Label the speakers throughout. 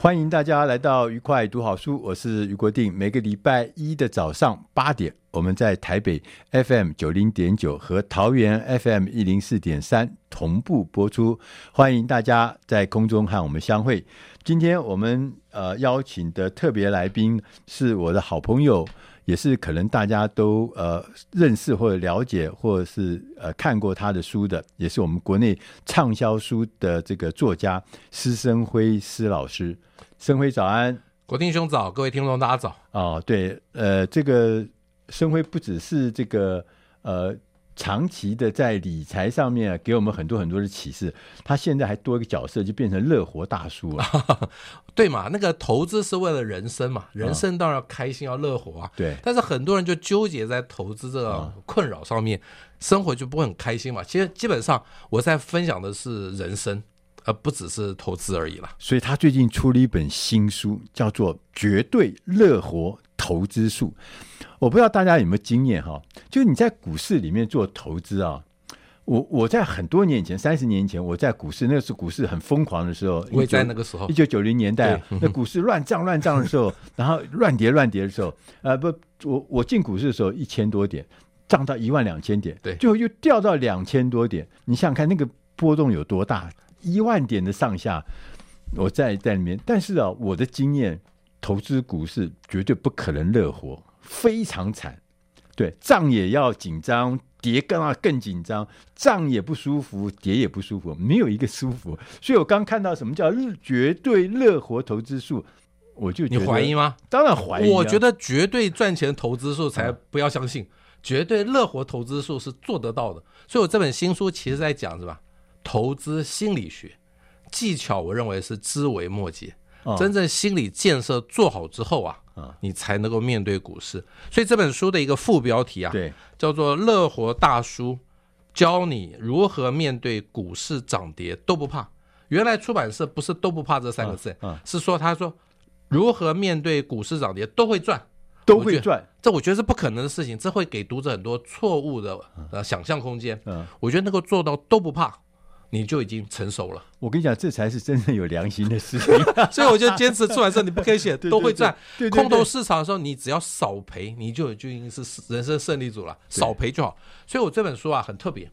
Speaker 1: 欢迎大家来到愉快读好书，我是于国定。每个礼拜一的早上八点，我们在台北 FM 九零点九和桃园 FM 一零四点三同步播出。欢迎大家在空中和我们相会。今天我们呃邀请的特别来宾是我的好朋友，也是可能大家都呃认识或者了解，或者是呃看过他的书的，也是我们国内畅销书的这个作家施生辉施老师。生辉早安
Speaker 2: 国定兄早，各位听众大家早。
Speaker 1: 哦，对，呃，这个生辉不只是这个呃长期的在理财上面、啊、给我们很多很多的启示，他现在还多一个角色，就变成乐活大叔啊。
Speaker 2: 对嘛，那个投资是为了人生嘛，人生当然要开心，要乐活啊。
Speaker 1: 对啊
Speaker 2: 但是很多人就纠结在投资这个困扰上面，生活就不会很开心嘛。其实基本上我在分享的是人生，而不只是投资而已啦。
Speaker 1: 所以他最近出了一本新书，叫做《绝对乐活投资术》。我不知道大家有没有经验哈，就是你在股市里面做投资啊。我我在很多年以前，三十年前，我在股市，那是股市很疯狂的时候，
Speaker 2: 我也在那个时候
Speaker 1: 一九九零年代啊、那股市乱涨乱涨的时 候，然后乱跌乱跌的时候，呃，不，我我进股市的时候一千多点，涨到一万两千点，
Speaker 2: 对
Speaker 1: 最后又掉到两千多点，你想想看那个波动有多大，一万点的上下，我在在里面，但是啊，我的经验，投资股市绝对不可能乐活，非常惨，对，涨也要紧张，跌更要更紧张，涨也不舒服，跌也不舒服，没有一个舒服。所以我刚看到什么叫日绝对乐活投资术，我就
Speaker 2: 你
Speaker 1: 觉得
Speaker 2: 怀疑？吗？
Speaker 1: 当然怀疑啊、嗯
Speaker 2: 我觉得绝对赚钱投资术才不要相信，绝对乐活投资术是做得到的。所以我这本新书其实在讲什么？投资心理学技巧，我认为是知微末节。
Speaker 1: 哦
Speaker 2: 真正心理建设做好之后啊，
Speaker 1: 啊
Speaker 2: 你才能够面对股市。所以这本书的一个副标题啊，
Speaker 1: 对，
Speaker 2: 叫做《乐活大叔教你如何面对股市涨跌都不怕》。原来出版社不是“都不怕”这三个字，
Speaker 1: 嗯嗯
Speaker 2: 是说他说如何面对股市涨跌都会赚，
Speaker 1: 都
Speaker 2: 我觉
Speaker 1: 会
Speaker 2: 得
Speaker 1: 赚。
Speaker 2: 这我觉得是不可能的事情，这会给读者很多错误的呃想象空间。
Speaker 1: 嗯，
Speaker 2: 我觉得能够做到都不怕，你就已经成熟了。
Speaker 1: 我跟你讲，这才是真正有良心 的事情。
Speaker 2: 所以我就坚持出版社，你不可以写
Speaker 1: 对对
Speaker 2: 都会赚
Speaker 1: 对对。对
Speaker 2: 空头市场的时候，你只要少赔，你就就已经是人生胜利组了，少赔就好。所以我这本书啊很特别，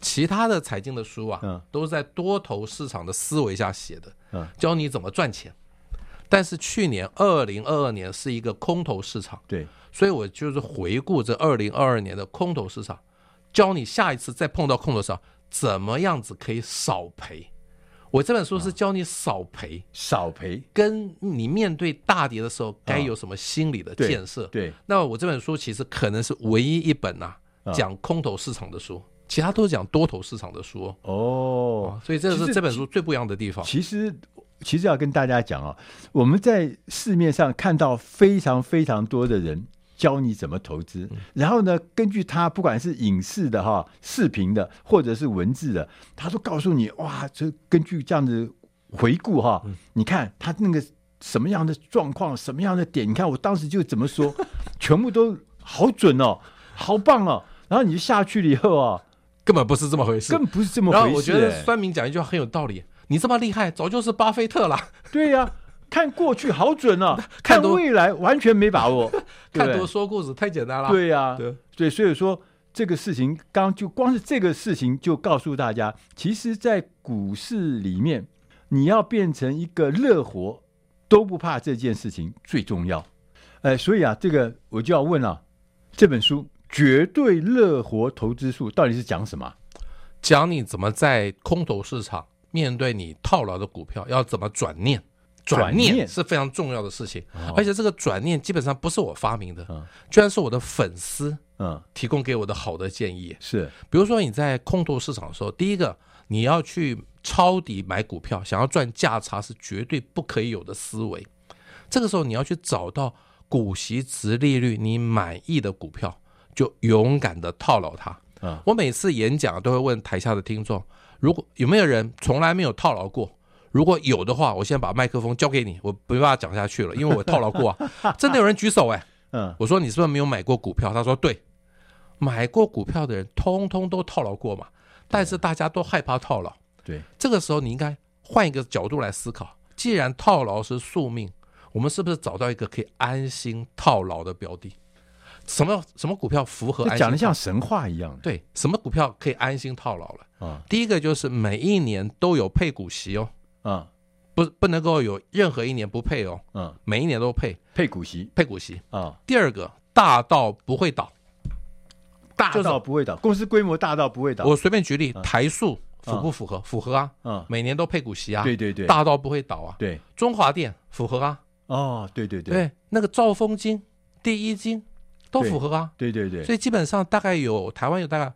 Speaker 2: 其他的财经的书啊，
Speaker 1: 嗯
Speaker 2: 都是在多头市场的思维下写的，
Speaker 1: 嗯
Speaker 2: 教你怎么赚钱。但是去年二零二二年是一个空头市场，
Speaker 1: 对，
Speaker 2: 所以我就是回顾这二零二二年的空头市场，教你下一次再碰到空头市场怎么样子可以少赔。我这本书
Speaker 1: 嗯
Speaker 2: 是教你少赔，
Speaker 1: 少赔。
Speaker 2: 跟你面对大跌的时候该有什么心理的
Speaker 1: 啊对
Speaker 2: 建设。
Speaker 1: 对，
Speaker 2: 那我这本书其实可能是唯一一本呐、
Speaker 1: 啊
Speaker 2: 讲空头市场的书，其他都是讲多头市场的书哦。
Speaker 1: 哦，
Speaker 2: 所以这
Speaker 1: 其实
Speaker 2: 是这本书最不一样的地方。
Speaker 1: 其实，其实要跟大家讲啊，我们在市面上看到非常非常多的人教你怎么投资，
Speaker 2: 嗯
Speaker 1: 然后呢，根据他不管是影视的哈、视频的，或者是文字的，他都告诉你哇，这根据这样子回顾哈，
Speaker 2: 嗯
Speaker 1: 你看他那个什么样的状况，什么样的点，你看我当时就怎么说， 全部都好准哦，好棒哦，然后你就下去了以后啊，
Speaker 2: 根本不是这么回事。
Speaker 1: 根本不是这么
Speaker 2: 然
Speaker 1: 回事、
Speaker 2: 后我觉得
Speaker 1: 哎
Speaker 2: 酸民讲一句话很有道理，你这么厉害，早就是巴菲特啦。
Speaker 1: 对呀、看过去好准啊，
Speaker 2: 看
Speaker 1: 看
Speaker 2: 多
Speaker 1: 未来完全没 把握，对不
Speaker 2: 看
Speaker 1: 对
Speaker 2: 多说故事太简单了。
Speaker 1: 对呀、
Speaker 2: 对
Speaker 1: 对，所以说这个事情，刚就光是这个事情就告诉大家，其实，在股市里面，你要变成一个乐活都不怕这件事情最重要。哎，所以啊，这个我就要问了、这本书《绝对乐活投资术》到底是讲什么啊？
Speaker 2: 讲你怎么在空头市场面对你套牢的股票，要怎么转念。转
Speaker 1: 转念哦
Speaker 2: 念是非常重要的事情，而且这个转念基本上不是我发明的
Speaker 1: 嗯，
Speaker 2: 居然是我的粉丝
Speaker 1: 嗯，
Speaker 2: 提供给我的好的建议。
Speaker 1: 是
Speaker 2: 比如说你在空头市场的时候，第一个你要去抄底买股票，想要赚价差是绝对不可以有的思维。这个时候你要去找到股息值利率你满意的股票，就勇敢的套牢它。
Speaker 1: 嗯
Speaker 2: 我每次演讲都会问台下的听众，如果有没有人从来没有套牢过？如果有的话，我先把麦克风交给你，我没办法讲下去了，因为我套牢过啊。真的有人举手哎、
Speaker 1: 嗯
Speaker 2: 我说你是不是没有买过股票？他说对，买过股票的人通通都套牢过嘛，但是大家都害怕套牢。
Speaker 1: 对，
Speaker 2: 这个时候你应该换一个角度来思考，既然套牢是宿命，我们是不是找到一个可以安心套牢的标的？什么什么股票符合安
Speaker 1: 这
Speaker 2: 心？
Speaker 1: 讲的像神话一样的
Speaker 2: 对，什么股票可以安心套牢了？
Speaker 1: 啊
Speaker 2: 第一个就是每一年都有配股息哦，
Speaker 1: 啊
Speaker 2: 不不能够有任何一年不配哦，
Speaker 1: 嗯，
Speaker 2: 每一年都配
Speaker 1: 配股息
Speaker 2: 配股息。
Speaker 1: 啊，
Speaker 2: 第二个，大到不会倒。
Speaker 1: 大
Speaker 2: 就是
Speaker 1: 到不会倒，公司规模大到不会倒。
Speaker 2: 我随便举例，台塑符不符合？符合啊，
Speaker 1: 嗯，
Speaker 2: 每年都配股息啊，
Speaker 1: 对对对
Speaker 2: 大到不会倒啊。
Speaker 1: 对，
Speaker 2: 中华电符合啊，
Speaker 1: 哦，对对对
Speaker 2: 对，那个兆丰金、第一金都符合啊。
Speaker 1: 对对对，
Speaker 2: 所以基本上大概有台湾有大概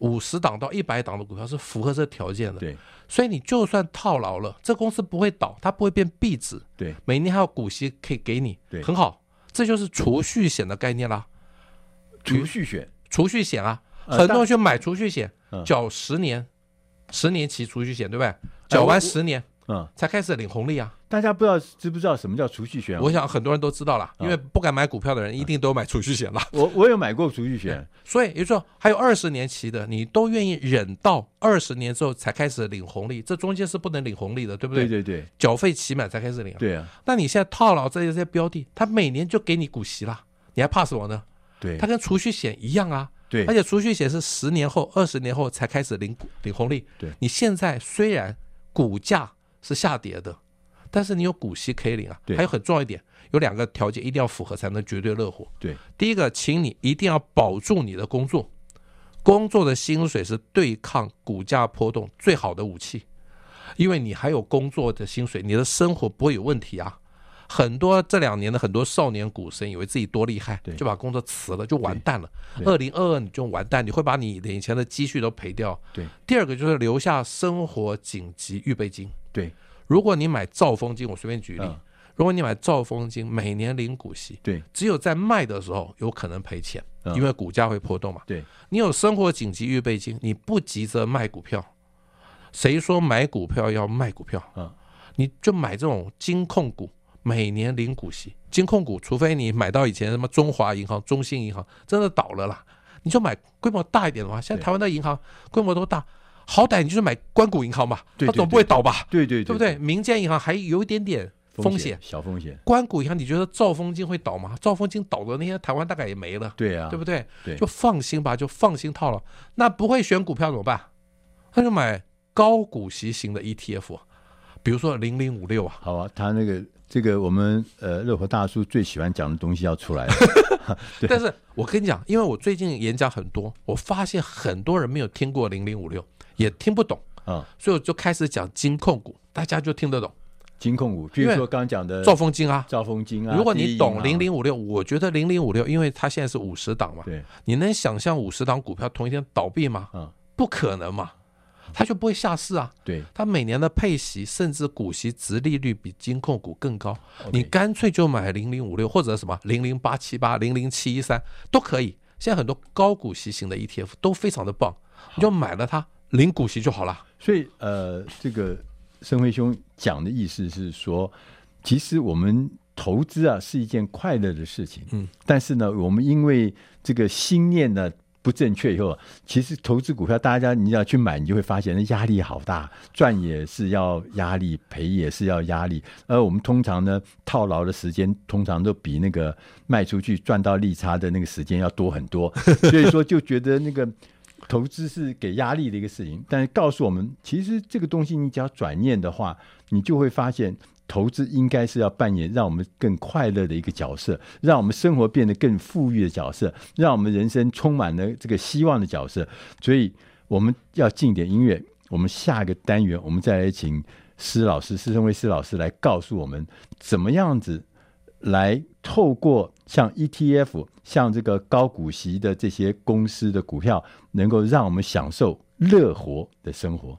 Speaker 2: 五十档到一百档的股票是符合这条件的。
Speaker 1: 对
Speaker 2: 所以你就算套牢了，这公司不会倒，它不会变币值，
Speaker 1: 对
Speaker 2: 每年还有股息可以给你，
Speaker 1: 对
Speaker 2: 很好，这就是储蓄险的概念啦。
Speaker 1: 储蓄险
Speaker 2: 储蓄险啊，
Speaker 1: 呃
Speaker 2: 很多人去买储蓄险，
Speaker 1: 嗯哎
Speaker 2: 缴十年，十年期储蓄险，对不对？缴完十年
Speaker 1: 嗯，
Speaker 2: 才开始领红利啊！
Speaker 1: 大家不知道知不知道什么叫储蓄险？
Speaker 2: 我想很多人都知道了，
Speaker 1: 嗯
Speaker 2: 因为不敢买股票的人一定都买储蓄险了。
Speaker 1: 我我有买过储蓄险，
Speaker 2: 所以也就是说，还有二十年期的，你都愿意忍到二十年之后才开始领红利，这中间是不能领红利的，对不
Speaker 1: 对对对
Speaker 2: 缴费期满才开始领。
Speaker 1: 对啊，
Speaker 2: 那你现在套牢这些标的，它每年就给你股息啦，你还怕什么呢？
Speaker 1: 对
Speaker 2: 它跟储蓄险一样啊。
Speaker 1: 对
Speaker 2: 而且储蓄险是十年后、二十年后才开始领股领红利。
Speaker 1: 对
Speaker 2: 你现在虽然股价是下跌的，但是你有股息可以领啊。
Speaker 1: 对
Speaker 2: 还有很重要一点，有两个条件一定要符合才能绝对乐活。
Speaker 1: 对
Speaker 2: 第一个，请你一定要保住你的工作，工作的薪水是对抗股价波动最好的武器，因为你还有工作的薪水，你的生活不会有问题啊。很多这两年的很多少年股神以为自己多厉害
Speaker 1: 对，
Speaker 2: 就把工作辞了，就完蛋了。
Speaker 1: 对
Speaker 2: 二零二二你就完蛋，你会把你的以前的积蓄都赔掉。
Speaker 1: 对
Speaker 2: 第二个就是留下生活紧急预备金，
Speaker 1: 对
Speaker 2: 如果你买兆丰金，我随便举例
Speaker 1: 嗯，
Speaker 2: 如果你买兆丰金，每年领股息，
Speaker 1: 对
Speaker 2: 只有在卖的时候有可能赔钱，
Speaker 1: 嗯
Speaker 2: 因为股价会波动嘛。
Speaker 1: 对
Speaker 2: 你有生活紧急预备金，你不急着卖股票。谁说买股票要卖股票？
Speaker 1: 嗯
Speaker 2: 你就买这种金控股，每年领股息。金控股，除非你买到以前什么中华银行、中信银行真的倒了啦，你就买规模大一点的嘛。现在
Speaker 1: 对
Speaker 2: 台湾的银行规模都大，好歹你就是买关谷银行吧，
Speaker 1: 对
Speaker 2: 它
Speaker 1: 对
Speaker 2: 总不
Speaker 1: 对
Speaker 2: 会倒吧？
Speaker 1: 对对
Speaker 2: 对不对？？民间银行还有一点点风险，
Speaker 1: 小风险，
Speaker 2: 关谷银行，你觉得兆丰金会倒吗？兆丰金倒的那些台湾大概也没了，
Speaker 1: 对啊，
Speaker 2: 对不对？
Speaker 1: 对
Speaker 2: 就放心吧，就放心套了。那不会选股票怎么办？那就买高股息型的 ETF，啊比如说零零五六啊，
Speaker 1: 好啊，他那个这个我们呃乐活大叔最喜欢讲的东西要 出来了，对
Speaker 2: 但是我跟你讲，因为我最近演讲很多，我发现很多人没有听过零零五六，也听不懂，
Speaker 1: 啊，
Speaker 2: 所以我就开始讲金控股，大家就听得懂。
Speaker 1: 金控股，比如说刚刚讲的
Speaker 2: 兆丰金啊，
Speaker 1: 兆丰金啊，
Speaker 2: 如果你懂
Speaker 1: 第一
Speaker 2: 零
Speaker 1: 银行
Speaker 2: 零五六，我觉得零零五六，因为它现在是五十档嘛，
Speaker 1: 对，
Speaker 2: 你能想象五十档股票同一天倒闭吗？
Speaker 1: 啊，
Speaker 2: 不可能嘛，它就不会下市啊。
Speaker 1: 对
Speaker 2: 它每年的配息甚至股息值利率比金控股更高
Speaker 1: OK
Speaker 2: 你干脆就买零零五六或者什么零零八七八、零零七一三都可以。现在很多高股息型的 ETF 都非常的棒，你就买了它领股息就好了。
Speaker 1: 所以呃，这个申辉兄讲的意思是说，其实我们投资啊是一件快乐的事情，
Speaker 2: 嗯，
Speaker 1: 但是呢，我们因为这个心念呢不正确以后，其实投资股票，大家你要去买，你就会发现那压力好大，赚也是要压力，赔也是要压力。而我们通常呢，套牢的时间通常都比那个卖出去赚到利差的那个时间要多很多，所以说就觉得那个。投资是给压力的一个事情，但是告诉我们，其实这个东西你只要转念的话，你就会发现，投资应该是要扮演让我们更快乐的一个角色，让我们生活变得更富裕的角色，让我们人生充满了这个希望的角色。所以我们要进点音乐，我们下一个单元我们再来请施老师、施生辉施老师来告诉我们怎么样子来透过像 ETF、像这个高股息的这些公司的股票，能够让我们享受乐活的生活。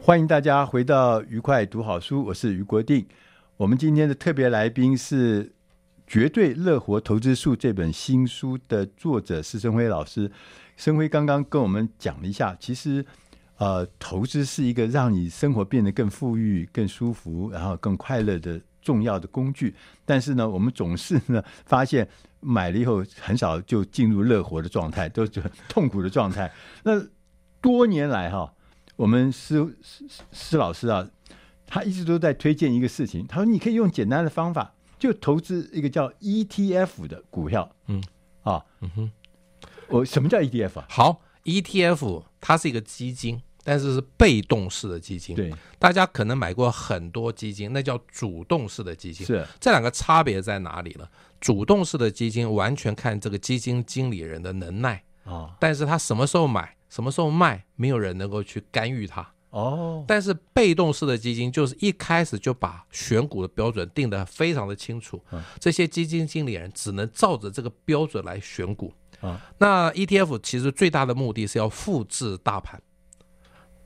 Speaker 1: 欢迎大家回到愉快读好书，我是于国定。我们今天的特别来宾是《绝对乐活投资术》这本新书的作者施生辉老师。生辉刚刚跟我们讲了一下，其实呃，投资是一个让你生活变得更富裕、更舒服，然后更快乐的重要的工具。但是呢，我们总是呢发现买了以后很少就进入乐活的状态，都是痛苦的状态。那多年来哈、我们施施施老师啊，他一直都在推荐一个事情，他说你可以用简单的方法，就投资一个叫 ETF 的股票。
Speaker 2: 嗯，
Speaker 1: 哦啊，嗯哼，我什么叫 ETF 啊？
Speaker 2: ，E 好，ETF 它是一个基金，但是是被动式的基金。
Speaker 1: 对，
Speaker 2: 大家可能买过很多基金，那叫主动式的基金。
Speaker 1: 是
Speaker 2: 这两个差别在哪里呢？主动式的基金完全看这个基金经理人的能耐，
Speaker 1: 啊，
Speaker 2: 但是他什么时候买，什么时候卖，没有人能够去干预他。
Speaker 1: 哦，
Speaker 2: 但是被动式的基金就是一开始就把选股的标准定得非常的清楚，这些基金经理人只能照着这个标准来选股。
Speaker 1: 啊，
Speaker 2: 那 ETF 其实最大的目的是要复制大盘，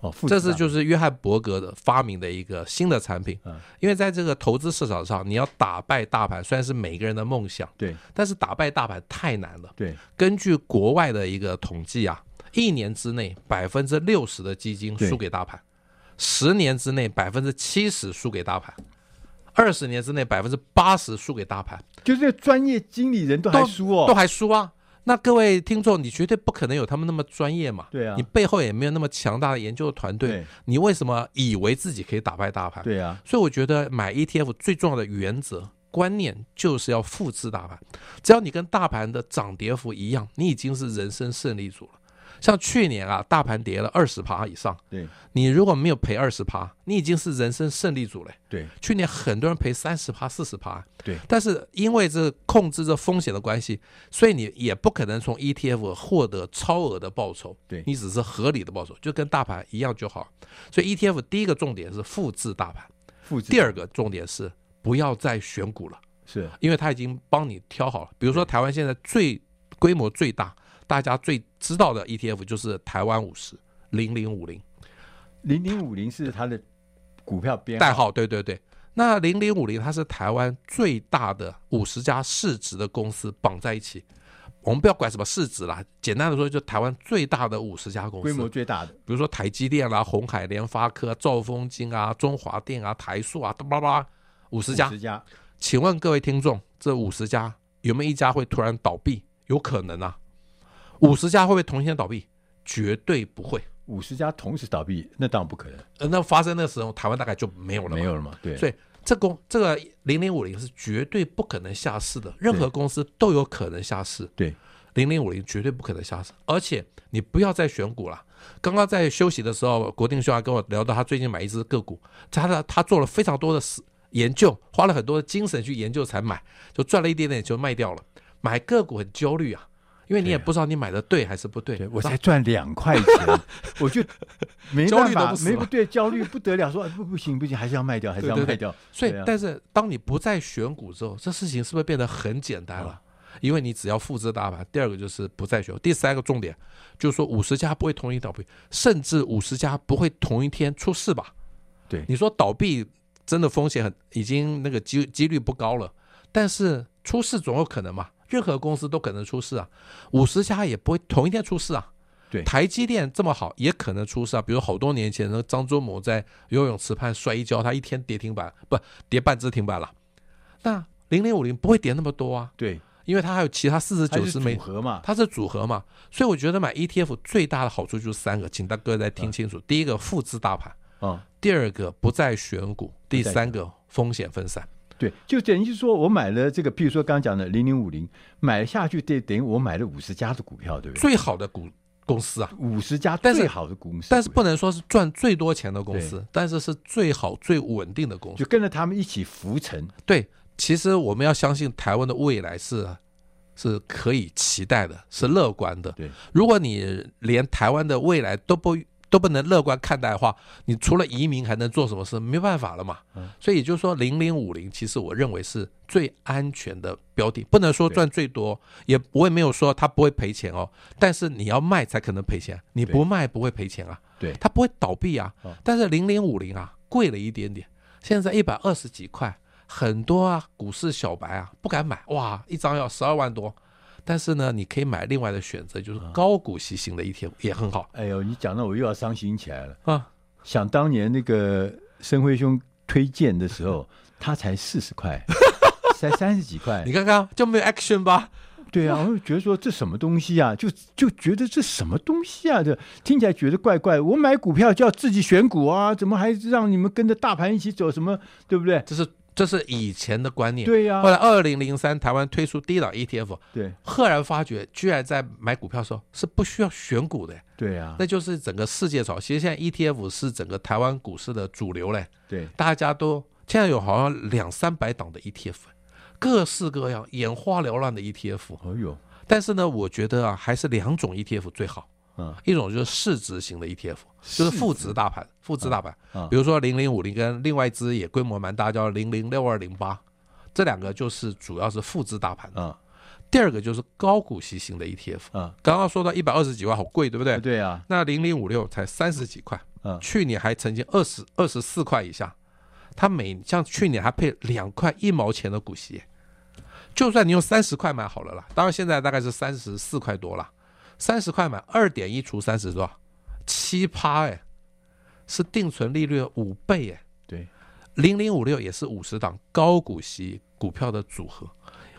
Speaker 1: 哦，复杂
Speaker 2: 这是就是约翰伯格的发明的一个新的产品
Speaker 1: 嗯。
Speaker 2: 因为在这个投资市场上，你要打败大盘，虽然是每个人的梦想，
Speaker 1: 对
Speaker 2: 但是打败大盘太难了。
Speaker 1: 对
Speaker 2: 根据国外的一个统计啊，一年之内百分之六十的基金
Speaker 1: 对
Speaker 2: 输给大盘，十年之内百分之七十输给大盘，二十年之内百分之八十输给大盘，
Speaker 1: 就是这个专业经理人都还输哦，
Speaker 2: 都还输啊。那各位听众，你绝对不可能有他们那么专业嘛？
Speaker 1: 对啊
Speaker 2: 你背后也没有那么强大的研究团队
Speaker 1: 对，
Speaker 2: 你为什么以为自己可以打败大盘？
Speaker 1: 对啊，
Speaker 2: 所以我觉得买 ETF 最重要的原则观念就是要复制大盘，只要你跟大盘的涨跌幅一样，你已经是人生胜利组了。像去年啊，大盘跌了二十趴以上，
Speaker 1: 对
Speaker 2: 你如果没有赔二十趴，你已经是人生胜利组了。
Speaker 1: 对
Speaker 2: 去年很多人赔三十趴、四十趴，
Speaker 1: 对
Speaker 2: 但是因为这控制这风险的关系，所以你也不可能从 ETF 获得超额的报酬，
Speaker 1: 对
Speaker 2: 你只是合理的报酬，就跟大盘一样就好。所以 ETF 第一个重点是复制大盘，
Speaker 1: 复制
Speaker 2: 第二个重点是不要再选股了，
Speaker 1: 是
Speaker 2: 因为他已经帮你挑好了。比如说台湾现在最规模最大、大家最知道的 ETF 就是台湾五十零零五零
Speaker 1: 零零五零是他的股票编
Speaker 2: 代号，对对对。那零零五零它是台湾最大的五十家市值的公司绑在一起，我们不要管什么市值啦，简单的说就台湾最大的五十家公司
Speaker 1: 规模最大的，
Speaker 2: 比如说台积电啦、红海、联发科、兆丰金啊、中华电啊、台塑啊，叭叭叭，五十家，
Speaker 1: 十家
Speaker 2: 请问各位听众，这五十家有没有一家会突然倒闭？有可能啊。五十家会不会同一天倒闭？绝对不会。
Speaker 1: 五十家同时倒闭，那当然不可能，
Speaker 2: 呃，那发生的时候，台湾大概就没有了嘛。
Speaker 1: 没有了嘛？对，
Speaker 2: 所以这公这个零零五零是绝对不可能下市的，任何公司都有可能下市。
Speaker 1: 对
Speaker 2: 零零五零绝对不可能下市，而且你不要再选股了。刚刚在休息的时候，国定兄还跟我聊到，他最近买一只个股，他的他做了非常多的思研究，花了很多的精神去研究才买，就赚了一点点就卖掉了。买个股很焦虑啊，因为你也不知道你买的对还是不对。
Speaker 1: 对，我才赚两 块钱，我就没
Speaker 2: 焦
Speaker 1: 办
Speaker 2: 虑都
Speaker 1: 法
Speaker 2: 不，死
Speaker 1: 没
Speaker 2: 了
Speaker 1: 不对，焦虑不得了，说哎不不行不行，还是要卖掉，还是要
Speaker 2: 对对对
Speaker 1: 卖掉，
Speaker 2: 所以
Speaker 1: 对啊，
Speaker 2: 但是当你不再选股之后，这事情是不是变得很简单
Speaker 1: 啊
Speaker 2: 了？因为你只要复制大盘，第二个就是不再选股，第三个重点就是说五十家不会同一倒闭，甚至五十家不会同一天出事吧？
Speaker 1: 对
Speaker 2: 你说倒闭真的风险很，已经那个几几率不高了，但是出事总有可能嘛，任何公司都可能出事啊，五十家也不会同一天出事啊。
Speaker 1: 对
Speaker 2: 台积电这么好，也可能出事啊。比如好多年前，那个张忠谋在游泳池畔摔一跤，他一天跌停板，不跌半只停板了。那零零五零不会跌那么多啊，
Speaker 1: 对，
Speaker 2: 因为它还有其他四十
Speaker 1: 它
Speaker 2: 九
Speaker 1: 是
Speaker 2: 只没
Speaker 1: 组，合嘛，
Speaker 2: 它是组合嘛。所以我觉得买 ETF 最大的好处就是三个，请大哥再听清楚：
Speaker 1: 嗯
Speaker 2: 第一个复制大盘，
Speaker 1: 啊，
Speaker 2: 第二个不再选股，第三个风险分散。
Speaker 1: 对，就等于是说我买了这个，譬如说刚刚讲的零零五零，买下去等等于我买了五十家的股票，对不对？
Speaker 2: 最好的股公司啊，
Speaker 1: 五十家
Speaker 2: 但是
Speaker 1: 最好的公司，
Speaker 2: 但是不能说是赚最多钱的公司，但是是最好最稳定的公司。
Speaker 1: 就跟着他们一起浮沉，
Speaker 2: 对，其实我们要相信台湾的未来是是可以期待的，是乐观的。
Speaker 1: 对，
Speaker 2: 如果你连台湾的未来都不都不能乐观看待的话，你除了移民还能做什么事？没办法了嘛。所以也就是说，零零五零其实我认为是最安全的标的，不能说赚最多，也我也没有说它不会赔钱哦。但是你要卖才可能赔钱，啊你
Speaker 1: 对
Speaker 2: 不卖不会赔钱啊。
Speaker 1: 对
Speaker 2: 它不会倒闭啊
Speaker 1: 哦。
Speaker 2: 但是零零五零啊，贵了一点点，现在一百二十几块，很多啊股市小白啊不敢买，哇，一张要十二万多。但是呢，你可以买另外的选择，
Speaker 1: 啊
Speaker 2: 就是高股息型的 ETF 也很好
Speaker 1: 哎呦，你讲到我又要伤心起来了。
Speaker 2: 啊。
Speaker 1: 想当年那个生辉兄推荐的时候， 他才四十块，才三十几块
Speaker 2: 你。看看就没有 action 吧？
Speaker 1: 对啊，我就觉得说这什么东西啊，就就觉得这什么东西啊，这听起来觉得怪怪。我买股票就要自己选股啊，怎么还让你们跟着大盘一起走？什么对不对？
Speaker 2: 这是这是以前的观念。
Speaker 1: 对呀
Speaker 2: 后来二零零三台湾推出第一档 ETF，
Speaker 1: 对
Speaker 2: 赫然发觉，居然在买股票的时候是不需要选股的，
Speaker 1: 对啊，
Speaker 2: 那就是整个世界潮。其实现在 ETF 是整个台湾股市的主流嘞，
Speaker 1: 对
Speaker 2: 大家都现在有好像两三百档的 ETF，各式各样、眼花缭乱的 ETF。
Speaker 1: 哦呦，
Speaker 2: 但是呢，我觉得啊，还是两种 ETF 最好。
Speaker 1: 嗯，
Speaker 2: 一种就是市值型的 ETF，
Speaker 1: 市值
Speaker 2: 就是负值大啊盘，负值大盘
Speaker 1: 嗯嗯，
Speaker 2: 比如说零零五零跟另外一只也规模蛮大，叫零零六二零八，这两个就是主要是负值大盘。
Speaker 1: 嗯
Speaker 2: 第二个就是高股息型的 ETF，
Speaker 1: 嗯，
Speaker 2: 刚刚说到一百二十几万，好贵，对不对？
Speaker 1: 对啊，
Speaker 2: 那零零五六才三十几块，
Speaker 1: 嗯
Speaker 2: 去年还曾经二十二十四块以下，它每像去年还配两块一毛钱的股息，就算你用三十块买好了啦，当然现在大概是三十四块多啦，三十块买二点一除三十多少，七趴哎，是定存利率的五倍哎、
Speaker 1: 对，
Speaker 2: 零零五六也是五十档高股息股票的组合，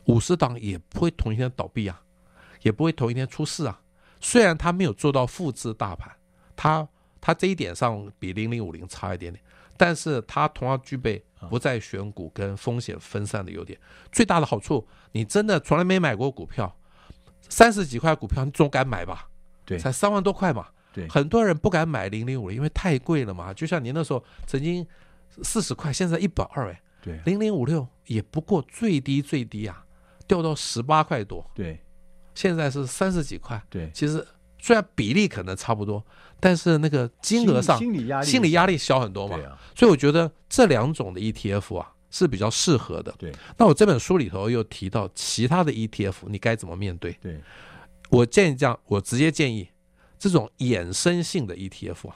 Speaker 2: 五十档也不会同一天倒闭啊，也不会同一天出事啊。虽然它没有做到复制大盘，它它这一点上比零零五零差一点点，但是它同样具备不再选股跟风险分散的优点。最大的好处，你真的从来没买过股票，三十几块股票你总敢买吧？
Speaker 1: 对
Speaker 2: 才三万多块嘛。
Speaker 1: 对
Speaker 2: 很多人不敢买零零五零，因为太贵了嘛。就像您那时候曾经四十块，现在一百二，哎，
Speaker 1: 对啊
Speaker 2: 零零五六也不过最低最低啊，掉到十八块多，
Speaker 1: 对
Speaker 2: 现在是三十几块。
Speaker 1: 对，
Speaker 2: 其实虽然比例可能差不多，但是那个金额上
Speaker 1: 心理压力，
Speaker 2: 心理压力小很多嘛
Speaker 1: 对。啊，
Speaker 2: 所以我觉得这两种的 ETF 啊是比较适合的。
Speaker 1: 对
Speaker 2: 那我这本书里头又提到其他的 ETF，你该怎么面对？
Speaker 1: 对
Speaker 2: 我建议这样，我直接建议这种衍生性的 ETF 啊，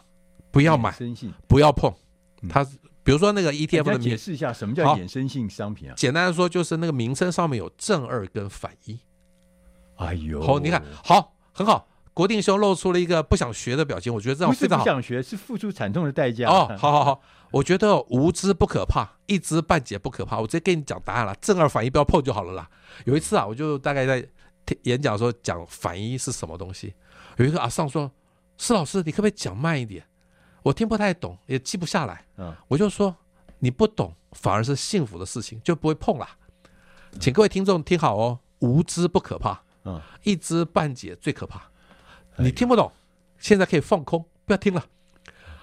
Speaker 2: 不要买，
Speaker 1: 衍生性
Speaker 2: 不要碰
Speaker 1: 嗯。
Speaker 2: 它比如说那个 ETF
Speaker 1: 大
Speaker 2: 的
Speaker 1: 家解
Speaker 2: 名，
Speaker 1: 释一下什么叫
Speaker 2: 好
Speaker 1: 衍生性商品啊？
Speaker 2: 简单的说就是那个名称上面有正二跟反一。
Speaker 1: 哎呦，
Speaker 2: 好，你看，好，很好。国定兄露出了一个不想学的表情，我觉得这样
Speaker 1: 不是
Speaker 2: 非
Speaker 1: 不
Speaker 2: 常好。
Speaker 1: 想学，是付出惨痛的代价嗯
Speaker 2: 哦，好好好，我觉得无知不可怕，一知半解不可怕。我直接跟你讲答案了，正二反一不要碰就好了啦。有一次啊，我就大概在听演讲的时候讲反一是什么东西，有一个阿尚说：“施老师，你可不可以讲慢一点？我听不太懂，也记不下来。”
Speaker 1: 嗯，
Speaker 2: 我就说你不懂反而是幸福的事情，就不会碰啦。请各位听众听好哦，无知不可怕，
Speaker 1: 嗯，哎
Speaker 2: 一知半解最可怕。你听不懂，现在可以放空，不要听了。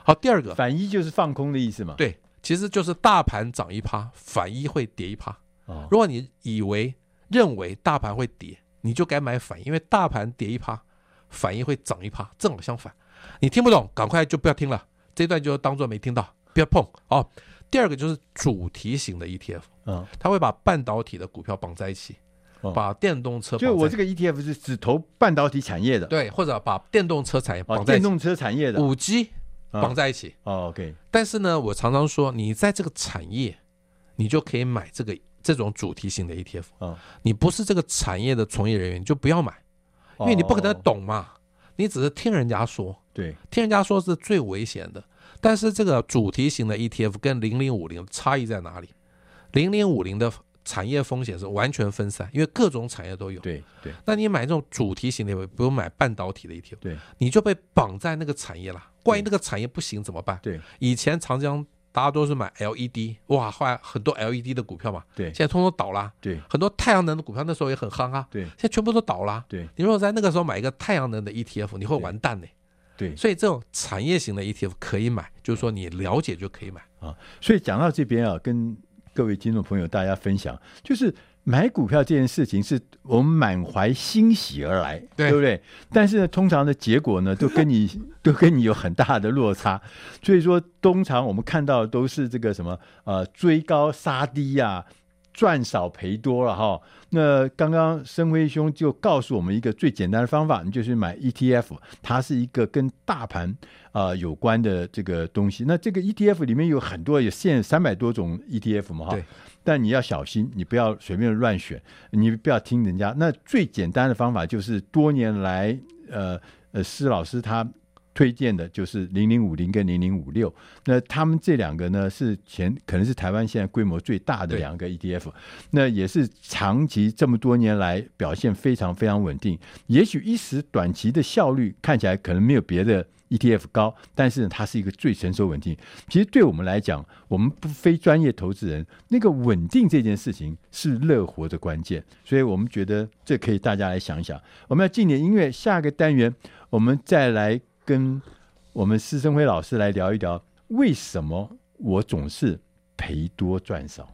Speaker 2: 好，第二个，
Speaker 1: 反一就是放空的意思嘛。
Speaker 2: 对，其实就是大盘涨一趴，反一会跌一趴。
Speaker 1: 哦，
Speaker 2: 如果你以为认为大盘会跌，你就该买反一，因为大盘跌一趴，反一会涨一趴，正好相反。你听不懂，赶快就不要听了，这段就当做没听到，不要碰哦。第二个就是主题型的 ETF，
Speaker 1: 嗯，
Speaker 2: 它会把半导体的股票绑在一起，
Speaker 1: 哦
Speaker 2: 把电动车
Speaker 1: 就
Speaker 2: 绑
Speaker 1: 我
Speaker 2: 在
Speaker 1: 这个 ETF 是只投半导体产业的，
Speaker 2: 对，或者把电动车产业
Speaker 1: 哦，
Speaker 2: 绑在一
Speaker 1: 电
Speaker 2: 起，
Speaker 1: 动车产业的。
Speaker 2: 五 G
Speaker 1: 啊
Speaker 2: 绑在一起。
Speaker 1: 哦，OK，
Speaker 2: 但是呢，我常常说，你在这个产业，你就可以买这个这种主题型的 ETF。
Speaker 1: 哦，
Speaker 2: 你不是这个产业的从业人员，你就不要买，因为你不可能
Speaker 1: 哦。
Speaker 2: 懂嘛，你只是听人家说，
Speaker 1: 对，
Speaker 2: 听人家说是最危险的。但是这个主题型的 ETF 跟零零五零差异在哪里？零零五零的产业风险是完全分散，因为各种产业都有。
Speaker 1: 对，对，
Speaker 2: 那你买这种主题型的，比如买半导体的 ETF，
Speaker 1: 对，
Speaker 2: 你就被绑在那个产业了。万一那个产业不行怎么办？
Speaker 1: 对，
Speaker 2: 以前长江大家都是买 LED，哇，后来很多 LED 的股票嘛，
Speaker 1: 对
Speaker 2: 现，在通通倒啦。
Speaker 1: 对，
Speaker 2: 很多太阳能的股票那时候也很夯啊，
Speaker 1: 对，
Speaker 2: 现在全部都倒啦。
Speaker 1: 对，
Speaker 2: 你如果在那个时候买一个太阳能的 ETF，你会完蛋呢、
Speaker 1: 对。
Speaker 2: 所以这种产业型的 ETF 可以买，就是说你了解就可以买。
Speaker 1: 啊，所以讲到这边啊，跟各位听众朋友大家分享，就是买股票这件事情是我们满怀欣喜而来，
Speaker 2: 对
Speaker 1: 不对？但是呢，通常的结果呢，都跟你都跟你有很大的落差，所以说通常我们看到的都是这个什么呃追高杀低呀、赚少赔多了哈。那刚刚申辉兄就告诉我们一个最简单的方法，你就是买 ETF，它是一个跟大盘啊、呃有关的这个东西。那这个 ETF 里面有很多，有现三百多种 ETF 嘛哈
Speaker 2: 对。
Speaker 1: 但你要小心，你不要随便乱选，你不要听人家。那最简单的方法就是多年来，呃呃，施老师他推荐的就是零零五零跟零零五六，那他们这两个呢是前可能是台湾现在规模最大的
Speaker 2: 对
Speaker 1: 两个 ETF，那也是长期这么多年来表现非常非常稳定。也许一时短期的效率看起来可能没有别的 ETF 高，但是呢它是一个最成熟稳定。其实对我们来讲，我们不非专业投资人，那个稳定这件事情是乐活的关键。所以我们觉得这可以大家来想一想。我们要进点音乐，下个单元我们再来跟我们施生辉老师来聊一聊，为什么我总是赔多赚少。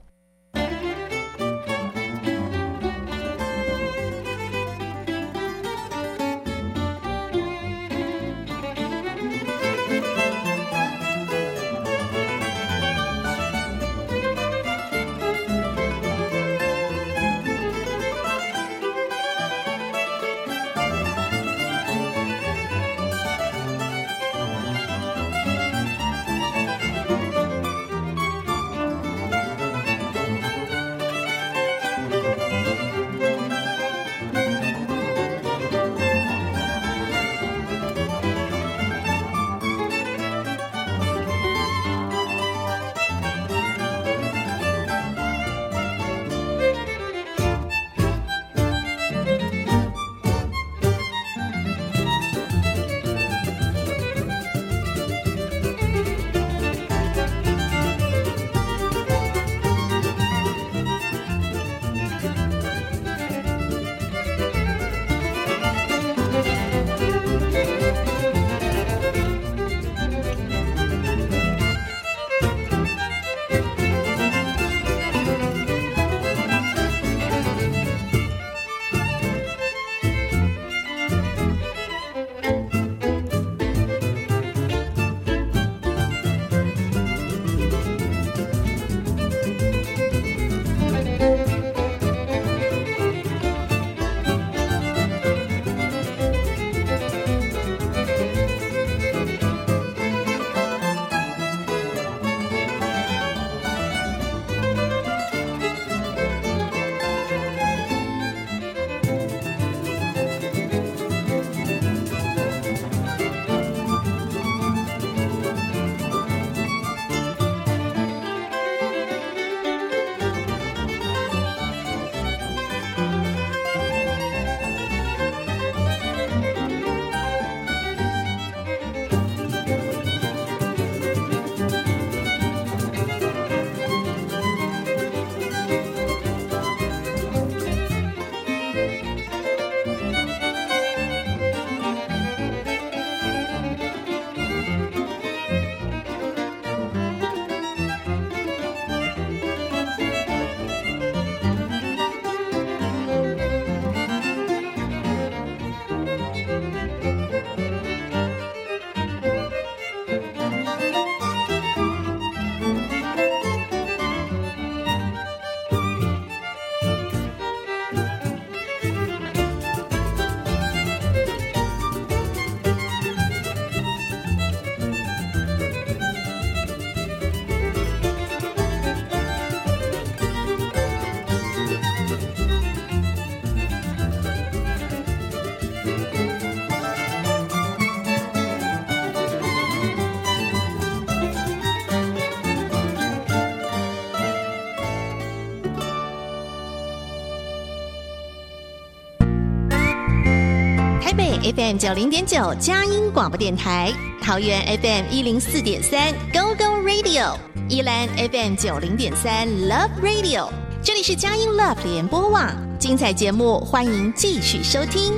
Speaker 3: 台北 FM 九零点九佳音广播电台，桃园 FM 一零四点三 Go Go Radio，宜兰 FM 九零点三 Love Radio，这里是佳音 Love 联播网，精彩节目欢迎继续收听。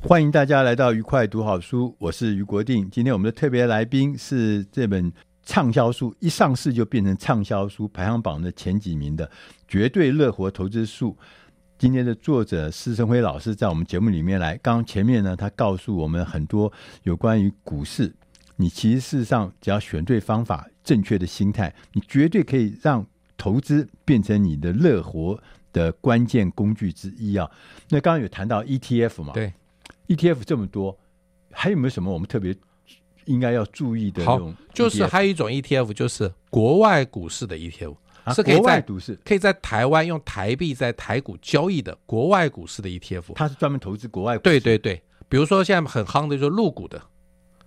Speaker 1: 欢迎大家来到愉快读好书，我是于国定。今天我们的特别来宾是这本畅销书一上市就变成畅销书排行榜的前几名的《绝对乐活投资术》。今天的作者施生辉老师在我们节目里面来，刚刚前面呢，他告诉我们很多有关于股市，你其实事实上只要选对方法、正确的心态，你绝对可以让投资变成你的乐活的关键工具之一啊。那刚刚有谈到 ETF 嘛？
Speaker 2: 对，
Speaker 1: ETF E 这么多，还有没有什么我们特别应该要注意的这
Speaker 2: 好
Speaker 1: 种 E ETF？，
Speaker 2: 就是还有一种 ETF，就是国外股市的 ETF，、
Speaker 1: 啊
Speaker 2: 是可以
Speaker 1: 国外
Speaker 2: 在
Speaker 1: 股市，
Speaker 2: 可以在台湾用台币在台股交易的国外股市的 ETF。
Speaker 1: 它是专门投资国外股
Speaker 2: 对
Speaker 1: 市
Speaker 2: 对对，比如说现在很夯的就是陆股的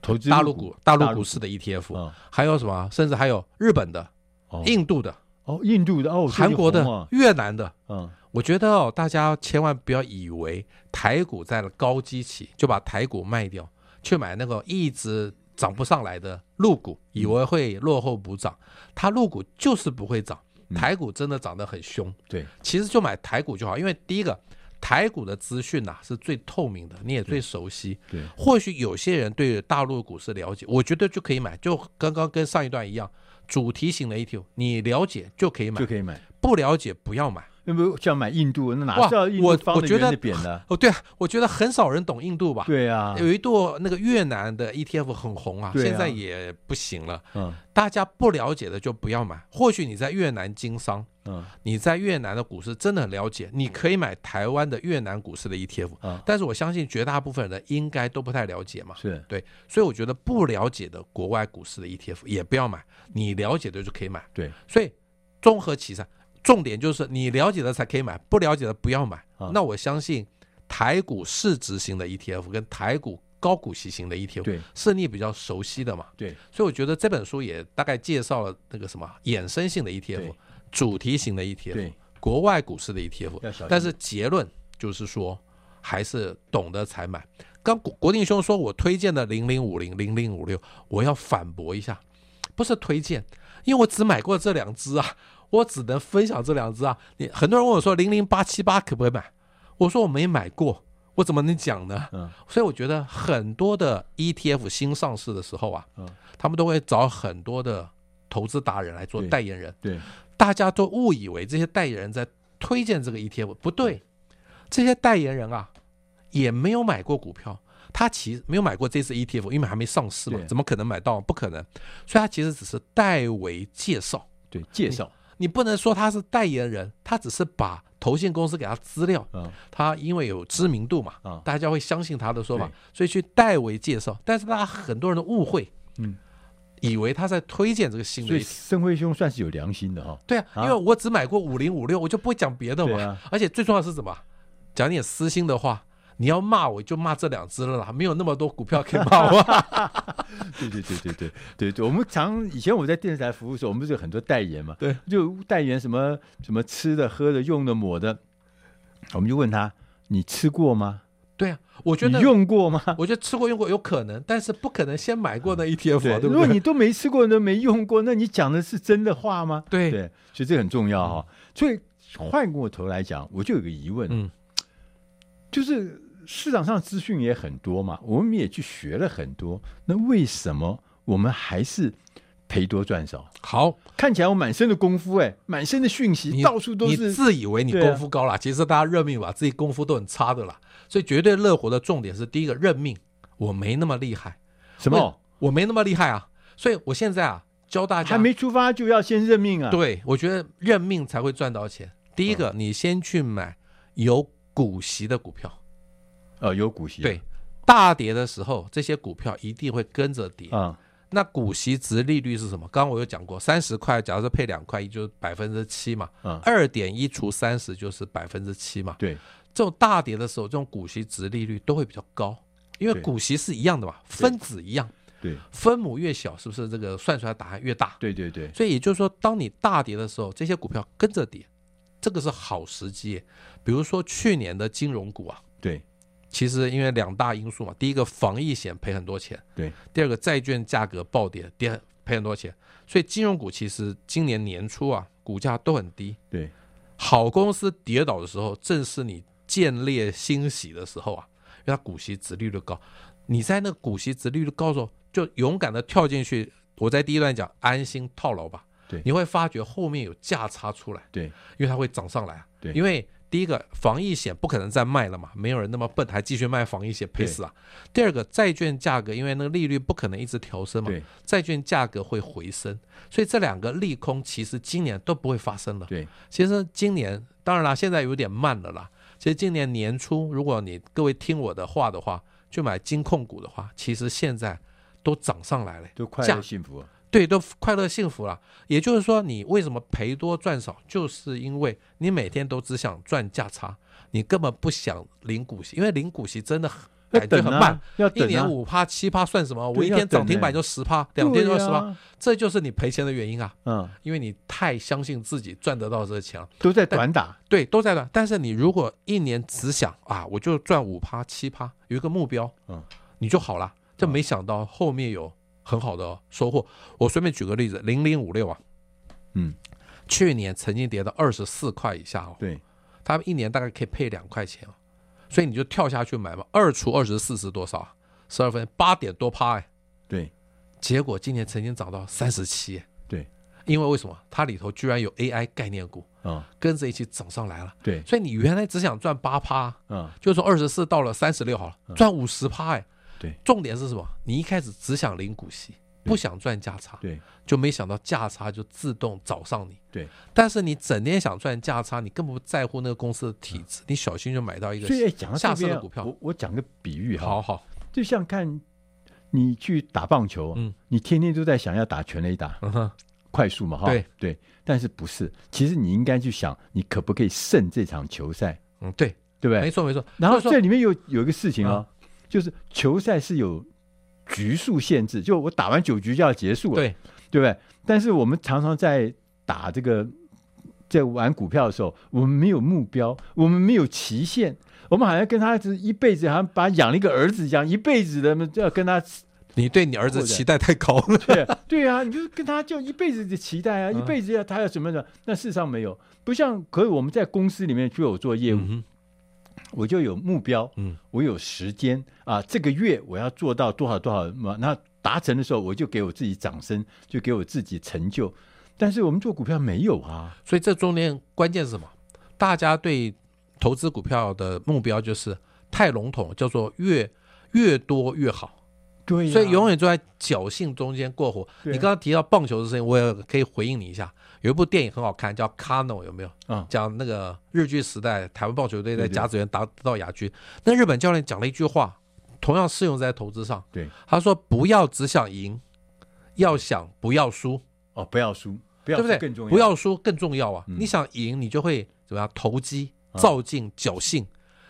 Speaker 1: 投资
Speaker 2: 大陆股、大陆股
Speaker 1: 市
Speaker 2: 市的 ETF，、
Speaker 1: 嗯
Speaker 2: 还有什么，啊甚至还有日本的、
Speaker 1: 哦
Speaker 2: 印度的、
Speaker 1: 哦印度的哦
Speaker 2: 韩国
Speaker 1: 最近红
Speaker 2: 的
Speaker 1: 啊、
Speaker 2: 越南的。
Speaker 1: 嗯
Speaker 2: 我觉得哦，大家千万不要以为台股在了高基期就把台股卖掉，去买那个一直涨不上来的陆股，以为会落后补涨，它陆股就是不会涨，台股真的涨得很凶。
Speaker 1: 对，
Speaker 2: 其实就买台股就好，因为第一个。台股的资讯呐、是最透明的，你也最熟悉。
Speaker 1: 对
Speaker 2: 或许有些人对大陆股市了解，我觉得就可以买，就刚刚跟上一段一样，主题型的 ETF，你了解就可以买
Speaker 1: 就，可以买。
Speaker 2: 不了解不要买。
Speaker 1: 那不像买印度，那哪
Speaker 2: 哇
Speaker 1: 知道印，度
Speaker 2: 我
Speaker 1: 方
Speaker 2: 我
Speaker 1: 的
Speaker 2: 觉
Speaker 1: 圆
Speaker 2: 得
Speaker 1: 的扁的？
Speaker 2: 哦，对啊，我觉得很少人懂印度吧？、
Speaker 1: 对啊，
Speaker 2: 有一度那个越南的 ETF 很红啊，
Speaker 1: 对啊
Speaker 2: 现在也不行了。
Speaker 1: 嗯
Speaker 2: 大家不了解的就不要买。或许你在越南经商，
Speaker 1: 嗯，
Speaker 2: 你在越南的股市真的很了解，你可以买台湾的越南股市的 ETF，、
Speaker 1: 啊
Speaker 2: 但是我相信绝大部分人应该都不太了解嘛。
Speaker 1: 是
Speaker 2: 对，所以我觉得不了解的国外股市的 ETF 也不要买，你了解的就可以买。
Speaker 1: 对，
Speaker 2: 所以综合其上，重点就是你了解的才可以买，不了解的不要买。
Speaker 1: 啊
Speaker 2: 那我相信台股市值型的 ETF 跟台股高股息型的 ETF，
Speaker 1: 对
Speaker 2: 是你比较熟悉的嘛。
Speaker 1: 对，
Speaker 2: 所以我觉得这本书也大概介绍了那个什么衍生性的
Speaker 1: 对
Speaker 2: ETF、主题型的 E ETF
Speaker 1: 对、
Speaker 2: 国外股市的
Speaker 1: 要小心
Speaker 2: ETF，但是结论就是说，还是懂得才买。刚国国定兄说我推荐的零零五零、零零五六，我要反驳一下，不是推荐，因为我只买过这两只啊，我只能分享这两只啊。你很多人问我说零零八七八可不可以买，我说我没买过，我怎么能讲呢？
Speaker 1: 嗯，
Speaker 2: 所以我觉得很多的 ETF 新上市的时候啊，
Speaker 1: 嗯
Speaker 2: 他们都会找很多的投资达人来做
Speaker 1: 对
Speaker 2: 代言人，
Speaker 1: 对，
Speaker 2: 大家都误以为这些代言人在推荐这个 ETF，不对，
Speaker 1: 嗯
Speaker 2: 这些代言人啊也没有买过股票，他其实没有买过这次 ETF，因为还没上市嘛
Speaker 1: 对，
Speaker 2: 怎么可能买到？不可能，所以他其实只是代为介绍。
Speaker 1: 对，介绍，
Speaker 2: 你不能说他是代言人，他只是把投信公司给他资料，
Speaker 1: 嗯，
Speaker 2: 他因为有知名度嘛，
Speaker 1: 啊
Speaker 2: 大家会相信他的说法
Speaker 1: 对，
Speaker 2: 所以去代为介绍。但是大家很多人都误会，
Speaker 1: 嗯，
Speaker 2: 以为他在推荐这个新的
Speaker 1: 所以
Speaker 2: ETF。
Speaker 1: 生辉兄算是有良心的哈、
Speaker 2: 对啊，
Speaker 1: 啊
Speaker 2: 因为我只买过五零五六，我就不会讲别的嘛。
Speaker 1: 对啊
Speaker 2: 而且最重要的是什么？讲点私心的话，你要骂我就骂这两只了啦，没有那么多股票可以骂 我。
Speaker 1: 对对对对对对对，我们常以前我在电视台服务的时候，我们不是有很多代言嘛？
Speaker 2: 对，
Speaker 1: 就代言什么什么吃的、喝的、用的、抹的，我们就问他：你吃过吗？
Speaker 2: 对啊，我觉
Speaker 1: 你
Speaker 2: 得，
Speaker 1: 用过吗？
Speaker 2: 我觉得吃过用过有可能，但是不可能先买过那 ETF，啊对
Speaker 1: 如
Speaker 2: 不
Speaker 1: 果
Speaker 2: 对
Speaker 1: 你？都没吃过、都没用过，那你讲的是真的话吗？
Speaker 2: 对
Speaker 1: 对，所以这很重要哈、所以换过头来讲，我就有个疑问，
Speaker 2: 嗯
Speaker 1: 就是市场上资讯也很多嘛，我们也去学了很多，那为什么我们还是赔多赚少？
Speaker 2: 好，
Speaker 1: 看起来我满身的功夫、哎，满身的讯息，
Speaker 2: 你
Speaker 1: 到处都
Speaker 2: 你
Speaker 1: 是。
Speaker 2: 自以为你
Speaker 1: 对啊
Speaker 2: 功夫高啦，其实大家认命吧，自己功夫都很差的啦。所以绝对乐活的重点是第一个认命，我没那么厉害。
Speaker 1: 什么？
Speaker 2: 我？我没那么厉害啊！所以我现在啊，教大家
Speaker 1: 还没出发就要先认命啊？，嗯
Speaker 2: 对，我觉得认命才会赚到钱。第一个，你先去买有股息的股票，
Speaker 1: 呃，有股息。
Speaker 2: 对，大跌的时候，这些股票一定会跟着跌。
Speaker 1: 啊，
Speaker 2: 那股息值利率是什么？刚刚我有讲过，三十块，假如说配两块一，就是百分之七嘛
Speaker 1: 嗯，
Speaker 2: 二点一除三十就是百分之七嘛。
Speaker 1: 对，
Speaker 2: 这种大跌的时候，这种股息值利率都会比较高，因为
Speaker 1: 对
Speaker 2: 股息是一样的嘛，分子一样，
Speaker 1: 对，
Speaker 2: 分母越小，是不是这个算出来答案越大？
Speaker 1: 对对对，
Speaker 2: 所以也就是说，当你大跌的时候，这些股票跟着跌，这个是好时机。比如说去年的金融股啊，
Speaker 1: 对，
Speaker 2: 其实因为两大因素嘛，第一个防疫险赔很多钱，
Speaker 1: 对，
Speaker 2: 第二个债券价格暴跌，跌很赔很多钱，所以金融股其实今年年初啊，股价都很低。
Speaker 1: 对，
Speaker 2: 好公司跌倒的时候，正是你建立欣喜的时候啊，因为它股息值利率高，你在那个股息值利率高的时候，就勇敢的跳进去。我在第一段讲安心套牢吧，
Speaker 1: 对
Speaker 2: 你会发觉后面有价差出来，
Speaker 1: 对，
Speaker 2: 因为它会涨上来啊。
Speaker 1: 对
Speaker 2: 因为第一个防疫险不可能再卖了嘛，没有人那么笨还继续卖防疫险赔死啊。第二个债券价格，因为那个利率不可能一直调升嘛
Speaker 1: 对，
Speaker 2: 债券价格会回升，所以这两个利空其实今年都不会发生了。
Speaker 1: 对，
Speaker 2: 其实今年当然啦，现在有点慢了啦。其实今年年初，如果你各位听我的话的话，去买金控股的话，其实现在都涨上来了，
Speaker 1: 都快
Speaker 2: 价
Speaker 1: 乐幸福。
Speaker 2: 对，都快乐幸福了。也就是说，你为什么赔多赚少，就是因为你每天都只想赚价差，你根本不想领股息，因为领股息真的很
Speaker 1: 要
Speaker 2: 感觉很
Speaker 1: 等啊
Speaker 2: 慢，
Speaker 1: 要
Speaker 2: 一
Speaker 1: 等
Speaker 2: 年
Speaker 1: 啊
Speaker 2: 五趴七趴算什么？我
Speaker 1: 对
Speaker 2: 一
Speaker 1: 要
Speaker 2: 天涨
Speaker 1: 等
Speaker 2: 停板
Speaker 1: 欸
Speaker 2: 就十趴，两天就
Speaker 1: 对
Speaker 2: 十趴
Speaker 1: 啊，
Speaker 2: 这就是你赔钱的原因啊，
Speaker 1: 嗯，
Speaker 2: 因为你太相信自己赚得到这个钱了。
Speaker 1: 都在短打，
Speaker 2: 对，都在的。但是你如果一年只想啊，我就赚五趴七趴，有一个目标，
Speaker 1: 嗯，
Speaker 2: 你就好了。这没想到后面有很好的收获。我随便举个例子，零零五六啊，
Speaker 1: 嗯，
Speaker 2: 去年曾经跌到二十四块以下哦，
Speaker 1: 对，
Speaker 2: 他们一年大概可以配两块钱哦，所以你就跳下去买嘛，二除二十四是多少啊？十二分八点多趴哎，
Speaker 1: 对，
Speaker 2: 结果今年曾经涨到三十七，哎
Speaker 1: 对，
Speaker 2: 因为为什么？它里头居然有 AI 概念股，
Speaker 1: 嗯，
Speaker 2: 跟着一起涨上来了。
Speaker 1: 对，
Speaker 2: 所以你原来只想赚八趴，
Speaker 1: 嗯，
Speaker 2: 就从二十四到了三十六好了，赚五十趴哎。
Speaker 1: 对
Speaker 2: 重点是什么？你一开始只想领股息，不想赚价差，
Speaker 1: 对，
Speaker 2: 就没想到价差就自动找上你。
Speaker 1: 对，
Speaker 2: 但是你整天想赚价差，你根本不在乎那个公司的体质，你小心就买到一
Speaker 1: 嗯所以哎
Speaker 2: 个
Speaker 1: 讲到
Speaker 2: 下
Speaker 1: 这
Speaker 2: 市
Speaker 1: 边
Speaker 2: 的
Speaker 1: 啊
Speaker 2: 股票
Speaker 1: 我。我讲个比喻哈，
Speaker 2: 好好，
Speaker 1: 就像看你去打棒球，
Speaker 2: 嗯，
Speaker 1: 你天天都在想要打全垒打，
Speaker 2: 嗯哼，
Speaker 1: 快速嘛，哈，
Speaker 2: 对
Speaker 1: 但是不是？其实你应该去想，你可不可以胜这场球赛，
Speaker 2: 嗯，对，
Speaker 1: 对不
Speaker 2: 没
Speaker 1: 对？
Speaker 2: 错没错。
Speaker 1: 然后
Speaker 2: 所以
Speaker 1: 这
Speaker 2: 说
Speaker 1: 里面有有一个事情啊、就是球赛是有局数限制，就我打完九局就要结束了，
Speaker 2: 对
Speaker 1: 对不对？但是我们常常在打这个在玩股票的时候，我们没有目标，我们没有期限，我们好像跟他是一辈子，好像把他养了一个儿子一样，一辈子的就要跟他
Speaker 2: 你对你儿子
Speaker 1: 或者
Speaker 2: 期待太高 了。
Speaker 1: 对对啊，你就跟他就一辈子的期待
Speaker 2: 嗯
Speaker 1: 啊，一辈子要他要什么的，那事实上没有，不像可是我们在公司里面就有做业务，
Speaker 2: 嗯
Speaker 1: 我就有目标，
Speaker 2: 嗯，
Speaker 1: 我有时间啊，这个月我要做到多少多少嘛，那达成的时候我就给我自己掌声，就给我自己成就。但是我们做股票没有啊，
Speaker 2: 所以这中间关键是什么？大家对投资股票的目标就是太笼统，叫做越越多越好，
Speaker 1: 对
Speaker 2: 所以永
Speaker 1: 远
Speaker 2: 远就在侥幸中间过活。
Speaker 1: 对
Speaker 2: 你
Speaker 1: 啊
Speaker 2: 刚刚提到棒球的事情，我也可以回应你一下。有一部电影很好看，叫《Kano》，有没有？
Speaker 1: 嗯
Speaker 2: 讲那个日据时代台湾棒球队在
Speaker 1: 对对
Speaker 2: 甲子园打得到亚军，那日本教练讲了一句话，同样适用在投资上。
Speaker 1: 对
Speaker 2: 他说：“不要只想赢，要想不要输。”
Speaker 1: 哦，不要输，不要
Speaker 2: 对不
Speaker 1: 输
Speaker 2: 对？
Speaker 1: 更重要，
Speaker 2: 不要输更重要啊！
Speaker 1: 嗯
Speaker 2: 你想赢，你就会怎么样投机、造进、侥幸。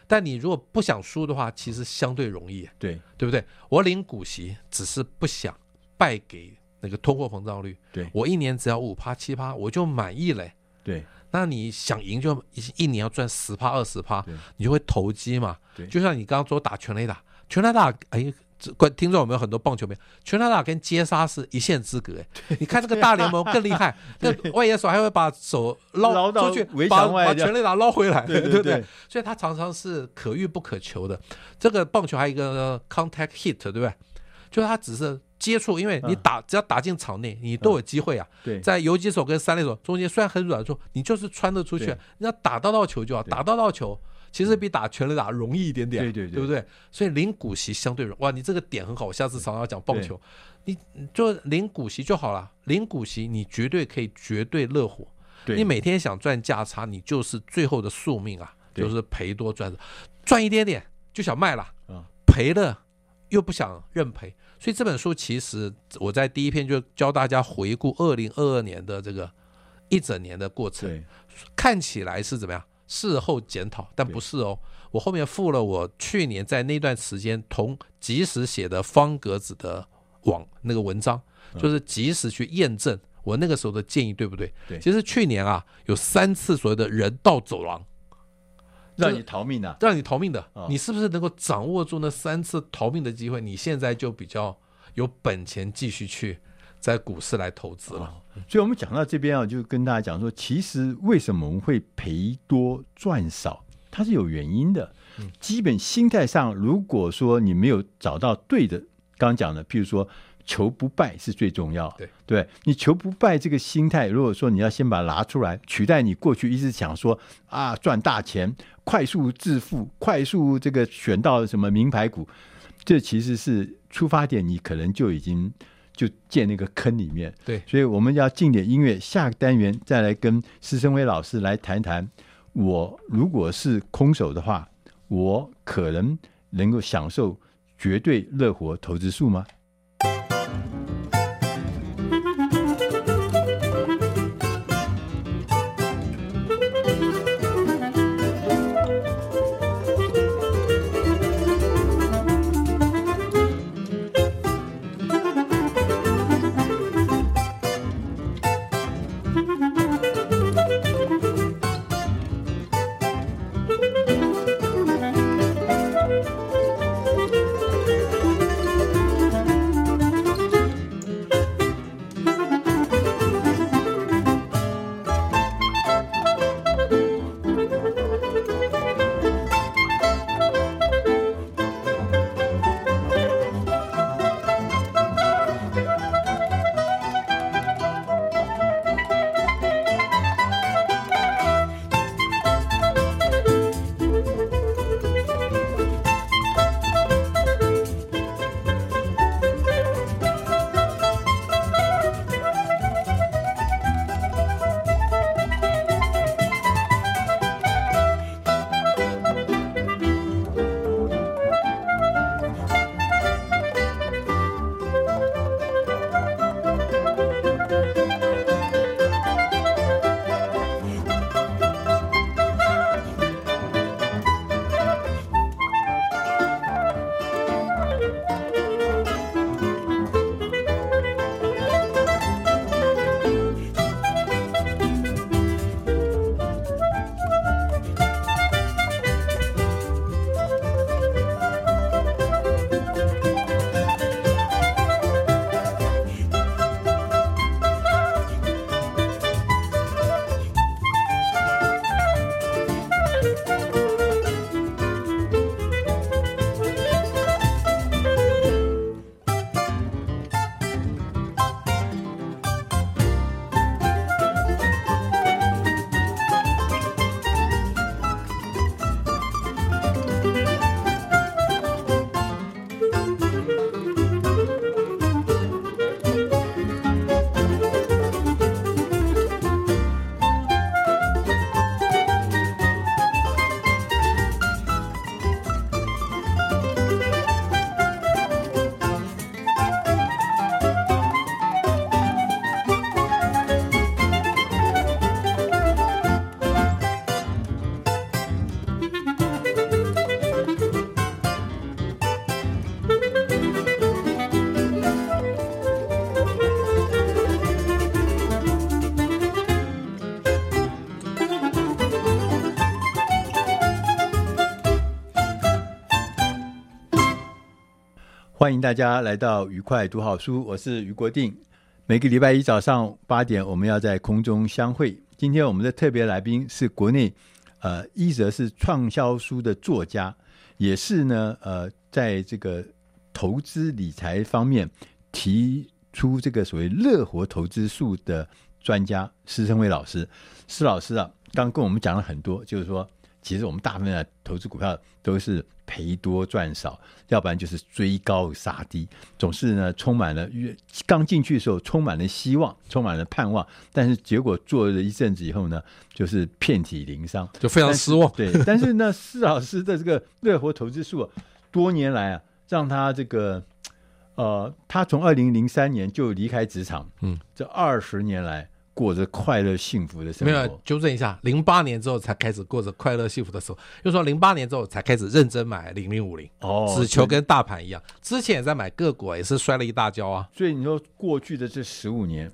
Speaker 2: 但你如果不想输的话，其实相对容易，啊
Speaker 1: 对
Speaker 2: 对不对？我领股息只是不想败给那个通货膨胀率，
Speaker 1: 对
Speaker 2: 我一年只要五趴七趴，我就满意嘞。
Speaker 1: 对
Speaker 2: 那你想赢就一一年要赚十趴二十趴
Speaker 1: 对，
Speaker 2: 你就会投机嘛
Speaker 1: 对。
Speaker 2: 就像你刚刚说打全垒打，全垒打，哎，这观听众有没有很多棒球迷？全垒打跟接杀是一线之隔，哎，你看这个大联盟更厉 害，那外野手还会把手捞
Speaker 1: 捞到
Speaker 2: 出去
Speaker 1: 围，
Speaker 2: 把
Speaker 1: 墙外
Speaker 2: 把
Speaker 1: 这样
Speaker 2: 全垒打捞回来，
Speaker 1: 对对
Speaker 2: 对不
Speaker 1: 对？
Speaker 2: 所以它常常是可遇不可求的。这个棒球还有一个 contact hit，对不对？就是它只是接触，因为
Speaker 1: 嗯
Speaker 2: 你打只要打进场内，你都有机会啊。
Speaker 1: 对
Speaker 2: 在游击手跟三垒手中间虽然很软弱，你就是穿得出去
Speaker 1: 对，
Speaker 2: 你要打到到球就好，打到到球。其实比打全垒打容易一点点，
Speaker 1: 对对对
Speaker 2: 对，不对？所以领股息相对容哇，你这个点很好，我下次常常讲棒球，你你就领股息就好了，领股息你绝对可以绝对乐活，
Speaker 1: 对，
Speaker 2: 你每天想赚价差，你就是最后的宿命啊，
Speaker 1: 对
Speaker 2: 就是赔多赚少，赚一点点就想卖了，
Speaker 1: 嗯
Speaker 2: 赔了又不想认赔，所以这本书其实我在第一篇就教大家回顾二零二二年的这个一整年的过程，
Speaker 1: 对
Speaker 2: 看起来是怎么样，事后检讨，但
Speaker 1: 对
Speaker 2: 不是哦。我后面附了我去年在那段时间同及时写的方格子的网那个文章，
Speaker 1: 嗯
Speaker 2: 就是及时去验证我那个时候的建议对不对。
Speaker 1: 对
Speaker 2: 其实去年啊有三次所谓的人道走廊，
Speaker 1: 让你逃命啊，
Speaker 2: 让你逃命的
Speaker 1: 哦，
Speaker 2: 你是不是能够掌握住那三次逃命的机会？你现在就比较有本钱继续去在股市来投资
Speaker 1: 啊
Speaker 2: 了。
Speaker 1: 哦所以我们讲到这边啊，就跟大家讲说，其实为什么我们会赔多赚少，它是有原因的。
Speaker 2: 嗯
Speaker 1: 基本心态上，如果说你没有找到对的，刚刚讲的，譬如说求不败是最重要，
Speaker 2: 对
Speaker 1: 对，你求不败这个心态，如果说你要先把它拿出来，取代你过去一直想说啊赚大钱、快速致富、快速这个选到什么名牌股，这其实是出发点，你可能就已经就建那个坑里面，
Speaker 2: 对，
Speaker 1: 所以我们要进点音乐，下个单元再来跟施生辉老师来谈谈，我如果是空手的话，我可能能够享受绝对乐活投资术吗？欢迎大家来到愉快读好书，我是于国定。每个礼拜一早上八点，我们要在空中相会。今天我们的特别来宾是国内呃，一则是畅销书的作家，也是呢呃，在这个投资理财方面提出这个所谓乐活投资术的专家施生辉老师。施老师啊，刚刚跟我们讲了很多，就是说，其实我们大部分的投资股票都是赔多赚少，要不然就是追高杀低，总是呢充满了越刚进去的时候充满了希望，充满了盼望，但是结果做了一阵子以后呢，就是遍体鳞伤，
Speaker 2: 就非常失望。
Speaker 1: 对，但是呢，施老师的这个乐活投资术、啊，多年来啊，让他这个呃，他从二零零三年就离开职场，
Speaker 2: 嗯，
Speaker 1: 这二十年来过着快乐幸福的生
Speaker 2: 没
Speaker 1: 活。
Speaker 2: 有啊纠正一下，零八年之后才开始过着快乐幸福的生活，又说零八年之后才开始认真买零零五零，
Speaker 1: 哦，
Speaker 2: 只求跟大盘一样。之前也在买个股啊，也是摔了一大跤啊。
Speaker 1: 所以你说过去的这十五年，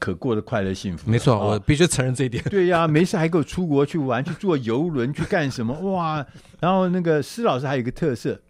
Speaker 1: 可过得快乐幸福了。
Speaker 2: 没错，
Speaker 1: 哦
Speaker 2: 我必须承认这一点。
Speaker 1: 对呀、没事还给我出国去玩，去坐游轮，去干什么？哇！然后那个施老师还有一个特色，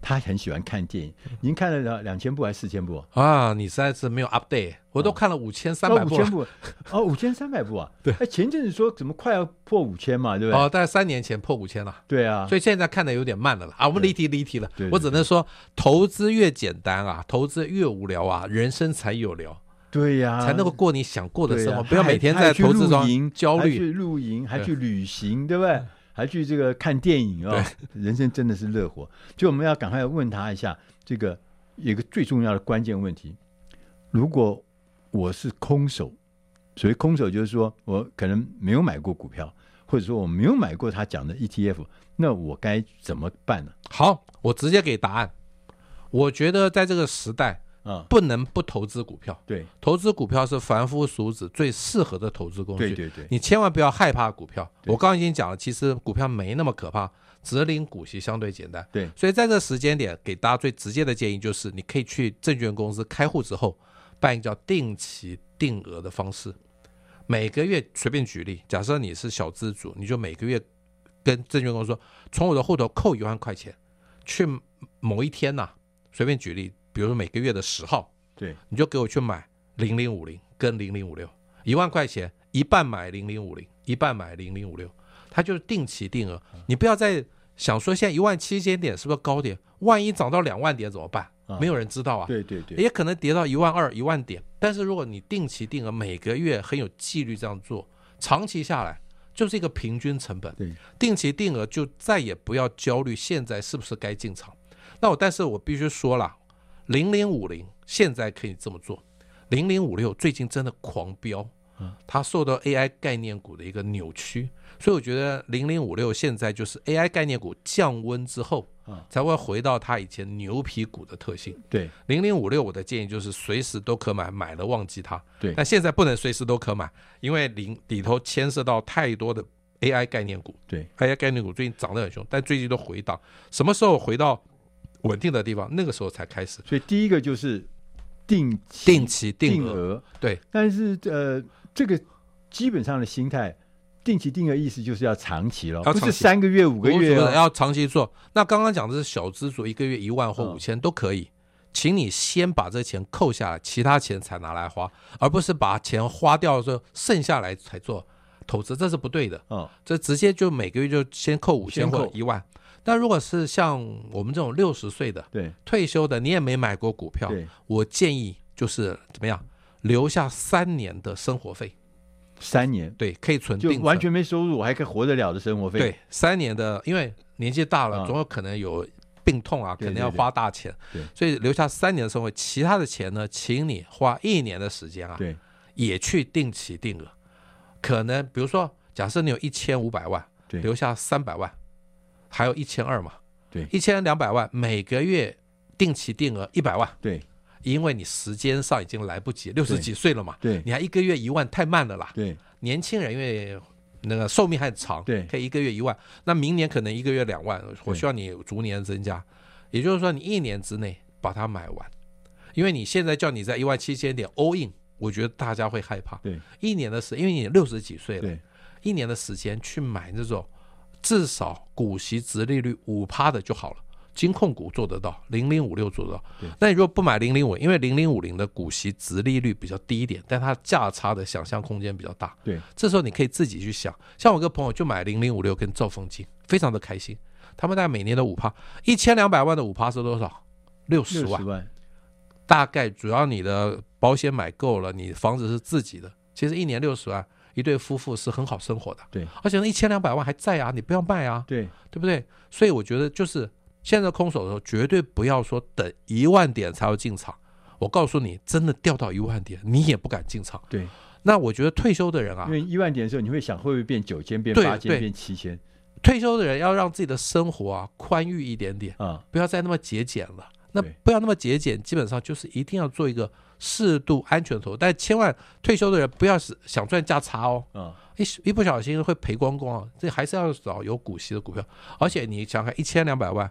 Speaker 1: 他很喜欢看电影。您看了两两千部还是四千部？
Speaker 2: 啊，你实在是没有 update，我都看了五千三百
Speaker 1: 哦，五
Speaker 2: 部啊
Speaker 1: 千
Speaker 2: 了。
Speaker 1: 部，哦，五千三百部啊！对，哎，前阵子说怎么快要破五千嘛，对不对？
Speaker 2: 哦，大概三年前破五千了，
Speaker 1: 对啊，
Speaker 2: 所以现在看的有点慢了啦。啊，我们离题离题了
Speaker 1: 对对。
Speaker 2: 我只能说，投资越简单啊，投资越无聊啊，人生才有聊，
Speaker 1: 对呀、
Speaker 2: 才能够过你想过的
Speaker 1: 啊对
Speaker 2: 生
Speaker 1: 啊
Speaker 2: 活，不要
Speaker 1: 还
Speaker 2: 每天
Speaker 1: 还
Speaker 2: 在
Speaker 1: 去
Speaker 2: 投资
Speaker 1: 露营
Speaker 2: 中焦
Speaker 1: 还
Speaker 2: 虑。
Speaker 1: 去露营，还
Speaker 2: 对嗯
Speaker 1: 去旅行，对不对？还去这个看电影哦，人生真的是乐活。就我们要赶快问他一下，这个有一个最重要的关键问题：如果我是空手，所谓空手就是说我可能没有买过股票，或者说我没有买过他讲的 ETF，那我该怎么办呢？
Speaker 2: 好，我直接给答案。我觉得在这个时代，
Speaker 1: 啊、
Speaker 2: 不能不投资股票。
Speaker 1: 对
Speaker 2: 投资股票是凡夫俗子最适合的投资工具。
Speaker 1: 对对对
Speaker 2: 你千万不要害怕股票。我刚刚已经讲了，其实股票没那么可怕，只领股息相对简单。
Speaker 1: 对
Speaker 2: 所以在这时间点，给大家最直接的建议就是，你可以去证券公司开户之后，办一个叫定期定额的方式，每个月随便举例，假设你是小资主，你就每个月跟证券公司说，从我的户头扣一万块钱，去某一天呐、随便举例，比如说每个月的十号，
Speaker 1: 对，
Speaker 2: 你就给我去买零零五零跟零零五六，一万块钱一半买零零五零，一半买零零五六，它就是定期定额，
Speaker 1: 嗯
Speaker 2: 你不要再想说现在一万七千点是不是高点，万一涨到两万点怎么办
Speaker 1: 啊？
Speaker 2: 没有人知道啊，
Speaker 1: 对对对，
Speaker 2: 也可能跌到一万二、一万点。但是如果你定期定额，每个月很有纪律这样做，长期下来就是一个平均成本。
Speaker 1: 对，
Speaker 2: 定期定额就再也不要焦虑现在是不是该进场。那我但是我必须说了，零零五零现在可以这么做，零零五六最近真的狂飙，它受到 AI 概念股的一个扭曲，所以我觉得零零五六现在就是 AI 概念股降温之后
Speaker 1: 啊，
Speaker 2: 才会回到它以前牛皮股的特性。
Speaker 1: 对
Speaker 2: 零零五六，我的建议就是随时都可买，买了忘记它。
Speaker 1: 对
Speaker 2: 但现在不能随时都可买，因为零里头牵涉到太多的 AI 概念股
Speaker 1: 对
Speaker 2: ，AI 概念股最近涨得很凶，但最近都回档，什么时候回到稳定的地方，那个时候才开始
Speaker 1: 所以第一个就是定期
Speaker 2: 定期定
Speaker 1: 定
Speaker 2: 额。
Speaker 1: 额
Speaker 2: 对，
Speaker 1: 但是呃，这个基本上的心态，定期定额意思就是要长期了，
Speaker 2: 要
Speaker 1: 不
Speaker 2: 长期
Speaker 1: 是三个月、五个月
Speaker 2: 我觉得
Speaker 1: 哦。
Speaker 2: 要长期做。那刚刚讲的是小资族，一个月一万或
Speaker 1: 嗯
Speaker 2: 五千都可以，请你先把这钱扣下来，其他钱才拿来花，而不是把钱花掉之后剩下来才做投资，这是不对的。
Speaker 1: 哦，
Speaker 2: 这直接就每个月就先扣五
Speaker 1: 先
Speaker 2: 千
Speaker 1: 扣
Speaker 2: 或一万。但如果是像我们这种六十岁的
Speaker 1: 对
Speaker 2: 退休的，你也没买过股票
Speaker 1: 对，
Speaker 2: 我建议就是怎么样，留下三年的生活费，
Speaker 1: 三年
Speaker 2: 对，可以存
Speaker 1: 就
Speaker 2: 定
Speaker 1: 完
Speaker 2: 存
Speaker 1: 全没收入，我还可以活得了的生活费。
Speaker 2: 对，三年的，因为年纪大了，
Speaker 1: 啊
Speaker 2: 总有可能有病痛啊，
Speaker 1: 对
Speaker 2: 可
Speaker 1: 对
Speaker 2: 能要
Speaker 1: 对
Speaker 2: 花大钱，
Speaker 1: 对
Speaker 2: 所以留下三年的生活，其他的钱呢，请你花一年的时间啊，
Speaker 1: 对
Speaker 2: 也去定期定额，可能比如说，假设你有一千五百万，
Speaker 1: 对
Speaker 2: 啊留下三百万，还有一千二嘛，
Speaker 1: 对
Speaker 2: 一千两百万，每个月定期定额一百万。
Speaker 1: 对
Speaker 2: 因为你时间上已经来不及，六十几岁了嘛，
Speaker 1: 对
Speaker 2: 你还一个月一万，太慢了啦。
Speaker 1: 对
Speaker 2: 年轻人因为那个寿命还长，
Speaker 1: 对
Speaker 2: 可以一个月一万，那明年可能一个月两万，我希望你逐年增加，也就是说你一年之内把它买完，因为你现在叫你在一万七千点 all in，我觉得大家会害怕，
Speaker 1: 对
Speaker 2: 一年的时，因为你六十几岁了
Speaker 1: 对，，
Speaker 2: 一年的时间去买这种至少股息值利率五趴的就好了，金控股做得到，零零五六做得到。那你如果不买零零五，因为零零五零的股息值利率比较低一点，但它价差的想象空间比较大。
Speaker 1: 对，
Speaker 2: 这时候你可以自己去想。像我一个朋友就买零零五六跟兆丰金，非常的开心。他们大概每年的五趴，一千两百万的五趴是多少？六十
Speaker 1: 六
Speaker 2: 万
Speaker 1: 十。万，
Speaker 2: 大概主要你的保险买够了，你房子是自己的，其实一年六十万，一对夫妇是很好生活的。
Speaker 1: 对
Speaker 2: 而且那一千两百万还在啊，你不要卖啊，
Speaker 1: 对
Speaker 2: 对不对？所以我觉得就是现在空手的时候，绝对不要说等一万点才要进场。我告诉你，真的掉到一万点，你也不敢进场。
Speaker 1: 对，
Speaker 2: 那我觉得退休的人啊
Speaker 1: 因，为一万点的时候，你会想会不会变九千、变
Speaker 2: 对
Speaker 1: 八千、
Speaker 2: 对
Speaker 1: 变七千
Speaker 2: 退休的人要让自己的生活啊宽裕一点点，
Speaker 1: 啊？
Speaker 2: 不要再那么节俭了。那
Speaker 1: 对
Speaker 2: 不要那么节俭，基本上就是一定要做一个适度安全投资，但千万退休的人不要是想赚价差哦，
Speaker 1: 啊，
Speaker 2: 一一不小心会赔光光啊！这还是要找有股息的股票，而且你想想看，一千两百万，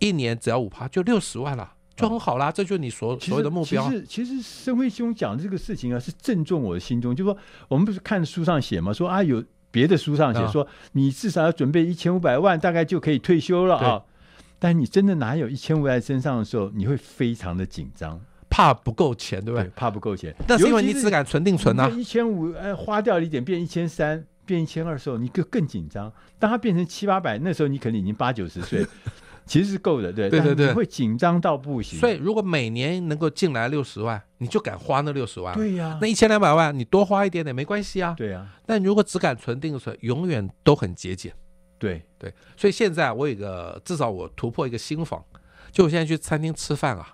Speaker 2: 一年只要五趴，就六十万啦，就很好啦，这就是你所
Speaker 1: 其
Speaker 2: 所谓
Speaker 1: 实
Speaker 2: 的目标
Speaker 1: 其。实其实生辉兄讲这个事情啊，是正中我的心中。就是说我们不是看书上写嘛，说啊有别的书上写
Speaker 2: 啊
Speaker 1: 说你至少要准备一千五百万，大概就可以退休了啊。但你真的拿有一千五在身上的时候，你会非常的紧张，
Speaker 2: 怕不够钱，对不
Speaker 1: 对
Speaker 2: 对？，
Speaker 1: 怕不够钱。
Speaker 2: 那是因为你只敢存定存啊。
Speaker 1: 一千五哎花掉了一点，变一千三，变一千二的时候，你更更紧张。当它变成七八百，那时候你可能已经八九 十岁，其实是够的，对
Speaker 2: 对对
Speaker 1: 但
Speaker 2: 对
Speaker 1: 你会紧张到不行。
Speaker 2: 所以，如果每年能够进来六十万，你就敢花那六十万。
Speaker 1: 对啊呀
Speaker 2: 那一千两百万你多花一点点没关系啊。
Speaker 1: 对呀，
Speaker 2: 但如果只敢存定存，永远都很节俭。
Speaker 1: 对，
Speaker 2: 对，所以现在我有一个，至少我突破一个新房，就我现在去餐厅吃饭啊，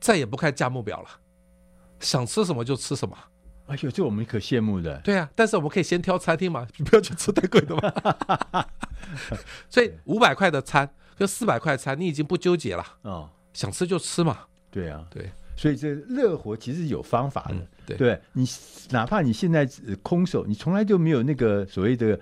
Speaker 2: 再也不看价目表了，想吃什么就吃什么。
Speaker 1: 哎呦，这我们可羡慕的。
Speaker 2: 对啊，但是我们可以先挑餐厅嘛， 不要去吃太贵的嘛。 所以五百块的餐跟四百块的餐，你已经不纠结了，
Speaker 1: 哦，
Speaker 2: 想吃就吃嘛。
Speaker 1: 对啊，
Speaker 2: 对，
Speaker 1: 所以这乐活其实有方法的。
Speaker 2: 嗯，对，
Speaker 1: 对你，哪怕你现在呃空手，你从来就没有那个所谓的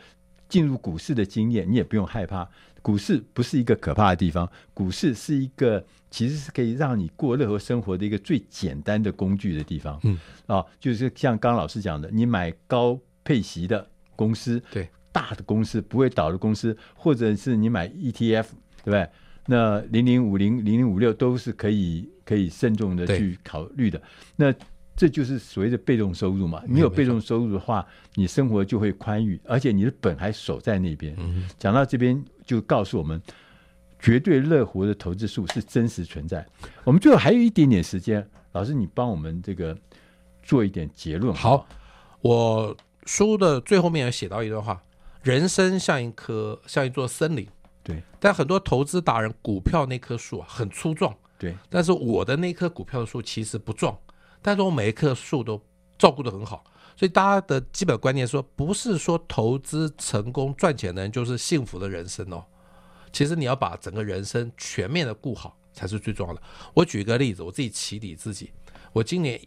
Speaker 1: 进入股市的经验，你也不用害怕。股市不是一个可怕的地方，股市是一个其实是可以让你过乐活生活的一个最简单的工具的地方。
Speaker 2: 嗯，
Speaker 1: 啊，就是像刚老师讲的，你买高配息的公司，
Speaker 2: 对
Speaker 1: 大的公司不会倒的公司，或者是你买 ETF，对不对？那零零五零、零零五六都是可以可以慎重的
Speaker 2: 对
Speaker 1: 去考虑的。那这就是所谓的被动收入嘛。你有被动收入的话，你生活就会宽裕，而且你的本还守在那边。
Speaker 2: 嗯
Speaker 1: 讲到这边，就告诉我们，绝对乐活的投资数是真实存在。我们最后还有一点点时间，老师，你帮我们这个做一点结论。
Speaker 2: 好，我书的最后面有写到一段话：人生像一棵像一座森林，
Speaker 1: 对
Speaker 2: 但很多投资达人股票那棵树啊很粗壮，
Speaker 1: 对
Speaker 2: 但是我的那棵股票的树其实不壮，但是我每一棵树都照顾得很好。所以大家的基本观念说，不是说投资成功赚钱的人就是幸福的人生哦。其实你要把整个人生全面的顾好才是最重要的。我举一个例子，我自己起底自己，我今年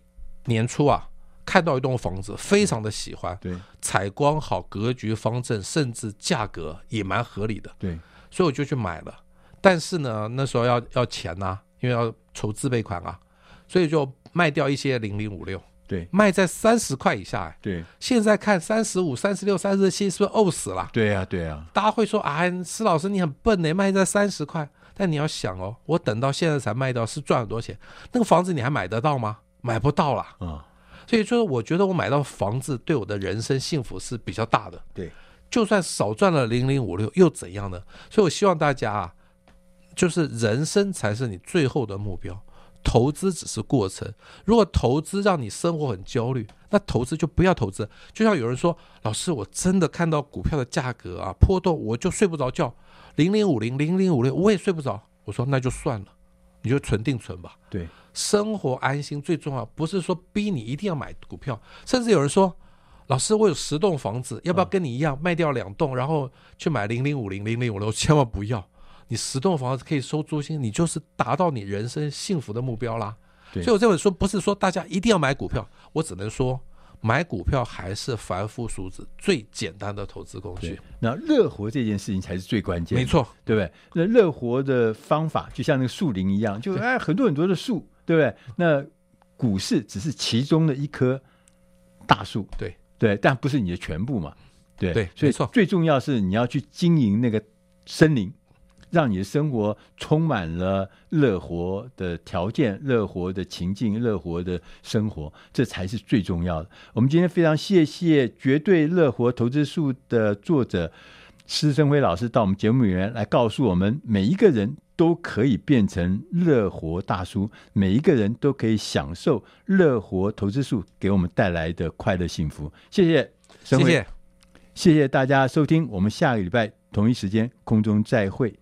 Speaker 2: 年初啊看到一栋房子，非常的喜欢，
Speaker 1: 对
Speaker 2: 采光好、格局方正，甚至价格也蛮合理的。
Speaker 1: 对
Speaker 2: 所以我就去买了。但是呢，那时候要要钱呐、因为要筹自备款啊，所以就卖掉一些零零五六，
Speaker 1: 对
Speaker 2: 卖在三十块以下、哎
Speaker 1: 对
Speaker 2: 现在看三十五、三十六、三十七，是不是呕死了？
Speaker 1: 对呀对呀
Speaker 2: 大家会说啊，施老师你很笨呢，卖在三十块。但你要想哦，我等到现在才卖掉，是赚很多钱。那个房子你还买得到吗？买不到啦。
Speaker 1: 啊
Speaker 2: 所以就是我觉得我买到房子对我的人生幸福是比较大的。
Speaker 1: 对
Speaker 2: 就算少赚了零零五六又怎样呢？所以我希望大家啊，就是人生才是你最后的目标，投资只是过程。如果投资让你生活很焦虑，那投资就不要投资。就像有人说，老师，我真的看到股票的价格啊波动，我就睡不着觉，零零五零、零零五六我也睡不着。我说那就算了，你就存定存吧。
Speaker 1: 对
Speaker 2: 生活安心最重要，不是说逼你一定要买股票，甚至有人说，老师，我有十栋房子，要不要跟你一样卖掉两栋，然后去买零零五零零零五六？千万不要，你十栋房子可以收租金，你就是达到你人生幸福的目标啦。
Speaker 1: 对
Speaker 2: 所以我这本书不是说大家一定要买股票，我只能说买股票还是凡夫俗子最简单的投资工具
Speaker 1: 对。，那乐活这件事情才是最关键的。
Speaker 2: 没错，
Speaker 1: 对不对？那乐活的方法就像那个树林一样，就哎很多很多的树，对不对？那股市只是其中的一棵大树，
Speaker 2: 对
Speaker 1: 对，但不是你的全部嘛，对
Speaker 2: 对
Speaker 1: 所
Speaker 2: 没
Speaker 1: 以
Speaker 2: 错
Speaker 1: 最重要是你要去经营那个森林，让你的生活充满了乐活的条件、乐活的情境、乐活的生活，这才是最重要的。我们今天非常谢谢《绝对乐活投资术》的作者施生辉老师到我们节目里面来告诉我们，每一个人都可以变成乐活大叔，每一个人都可以享受乐活投资术给我们带来的快乐幸福。谢谢生
Speaker 2: 谢
Speaker 1: 辉，
Speaker 2: 谢。
Speaker 1: 谢谢大家收听，我们下个礼拜同一时间空中再会。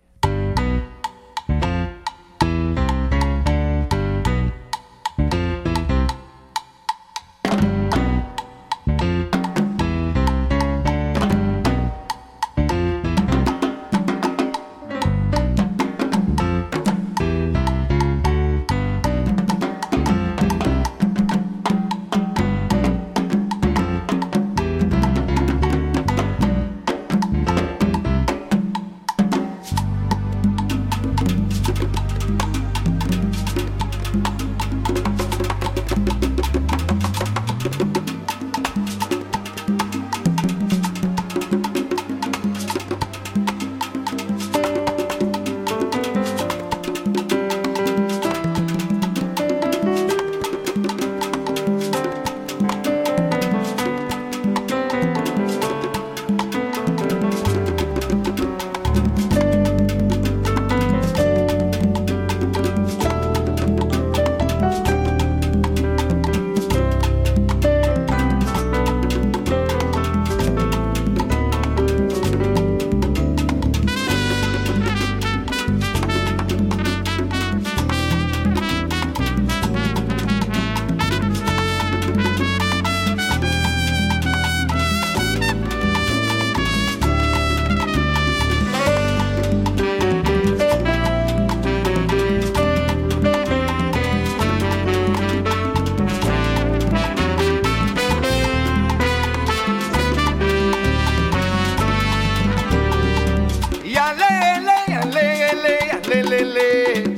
Speaker 4: 呀嘞嘞呀嘞呀嘞呀嘞嘞嘞。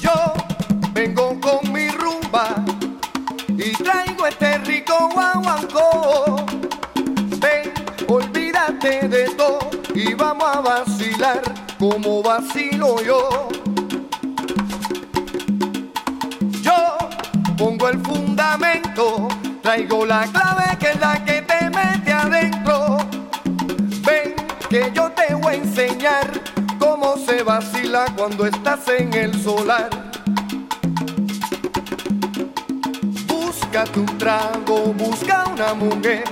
Speaker 4: Yo vengo con mi rumba y traigo este rico guaguancó. Ven, olvídate de todo y vamos a vacilar como vacilo yo. Yo pongo el fundamento, traigo la clave que es la que te mete adentro. Ven que yo te voy a enseñar cómo se vacila cuando estás en el solar. Búscate un trago, busca una mujer,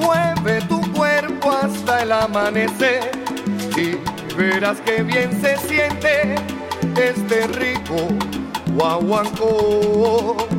Speaker 4: mueve tu cuerpo hasta el amanecer y verás que bien se siente este rico guaguancó.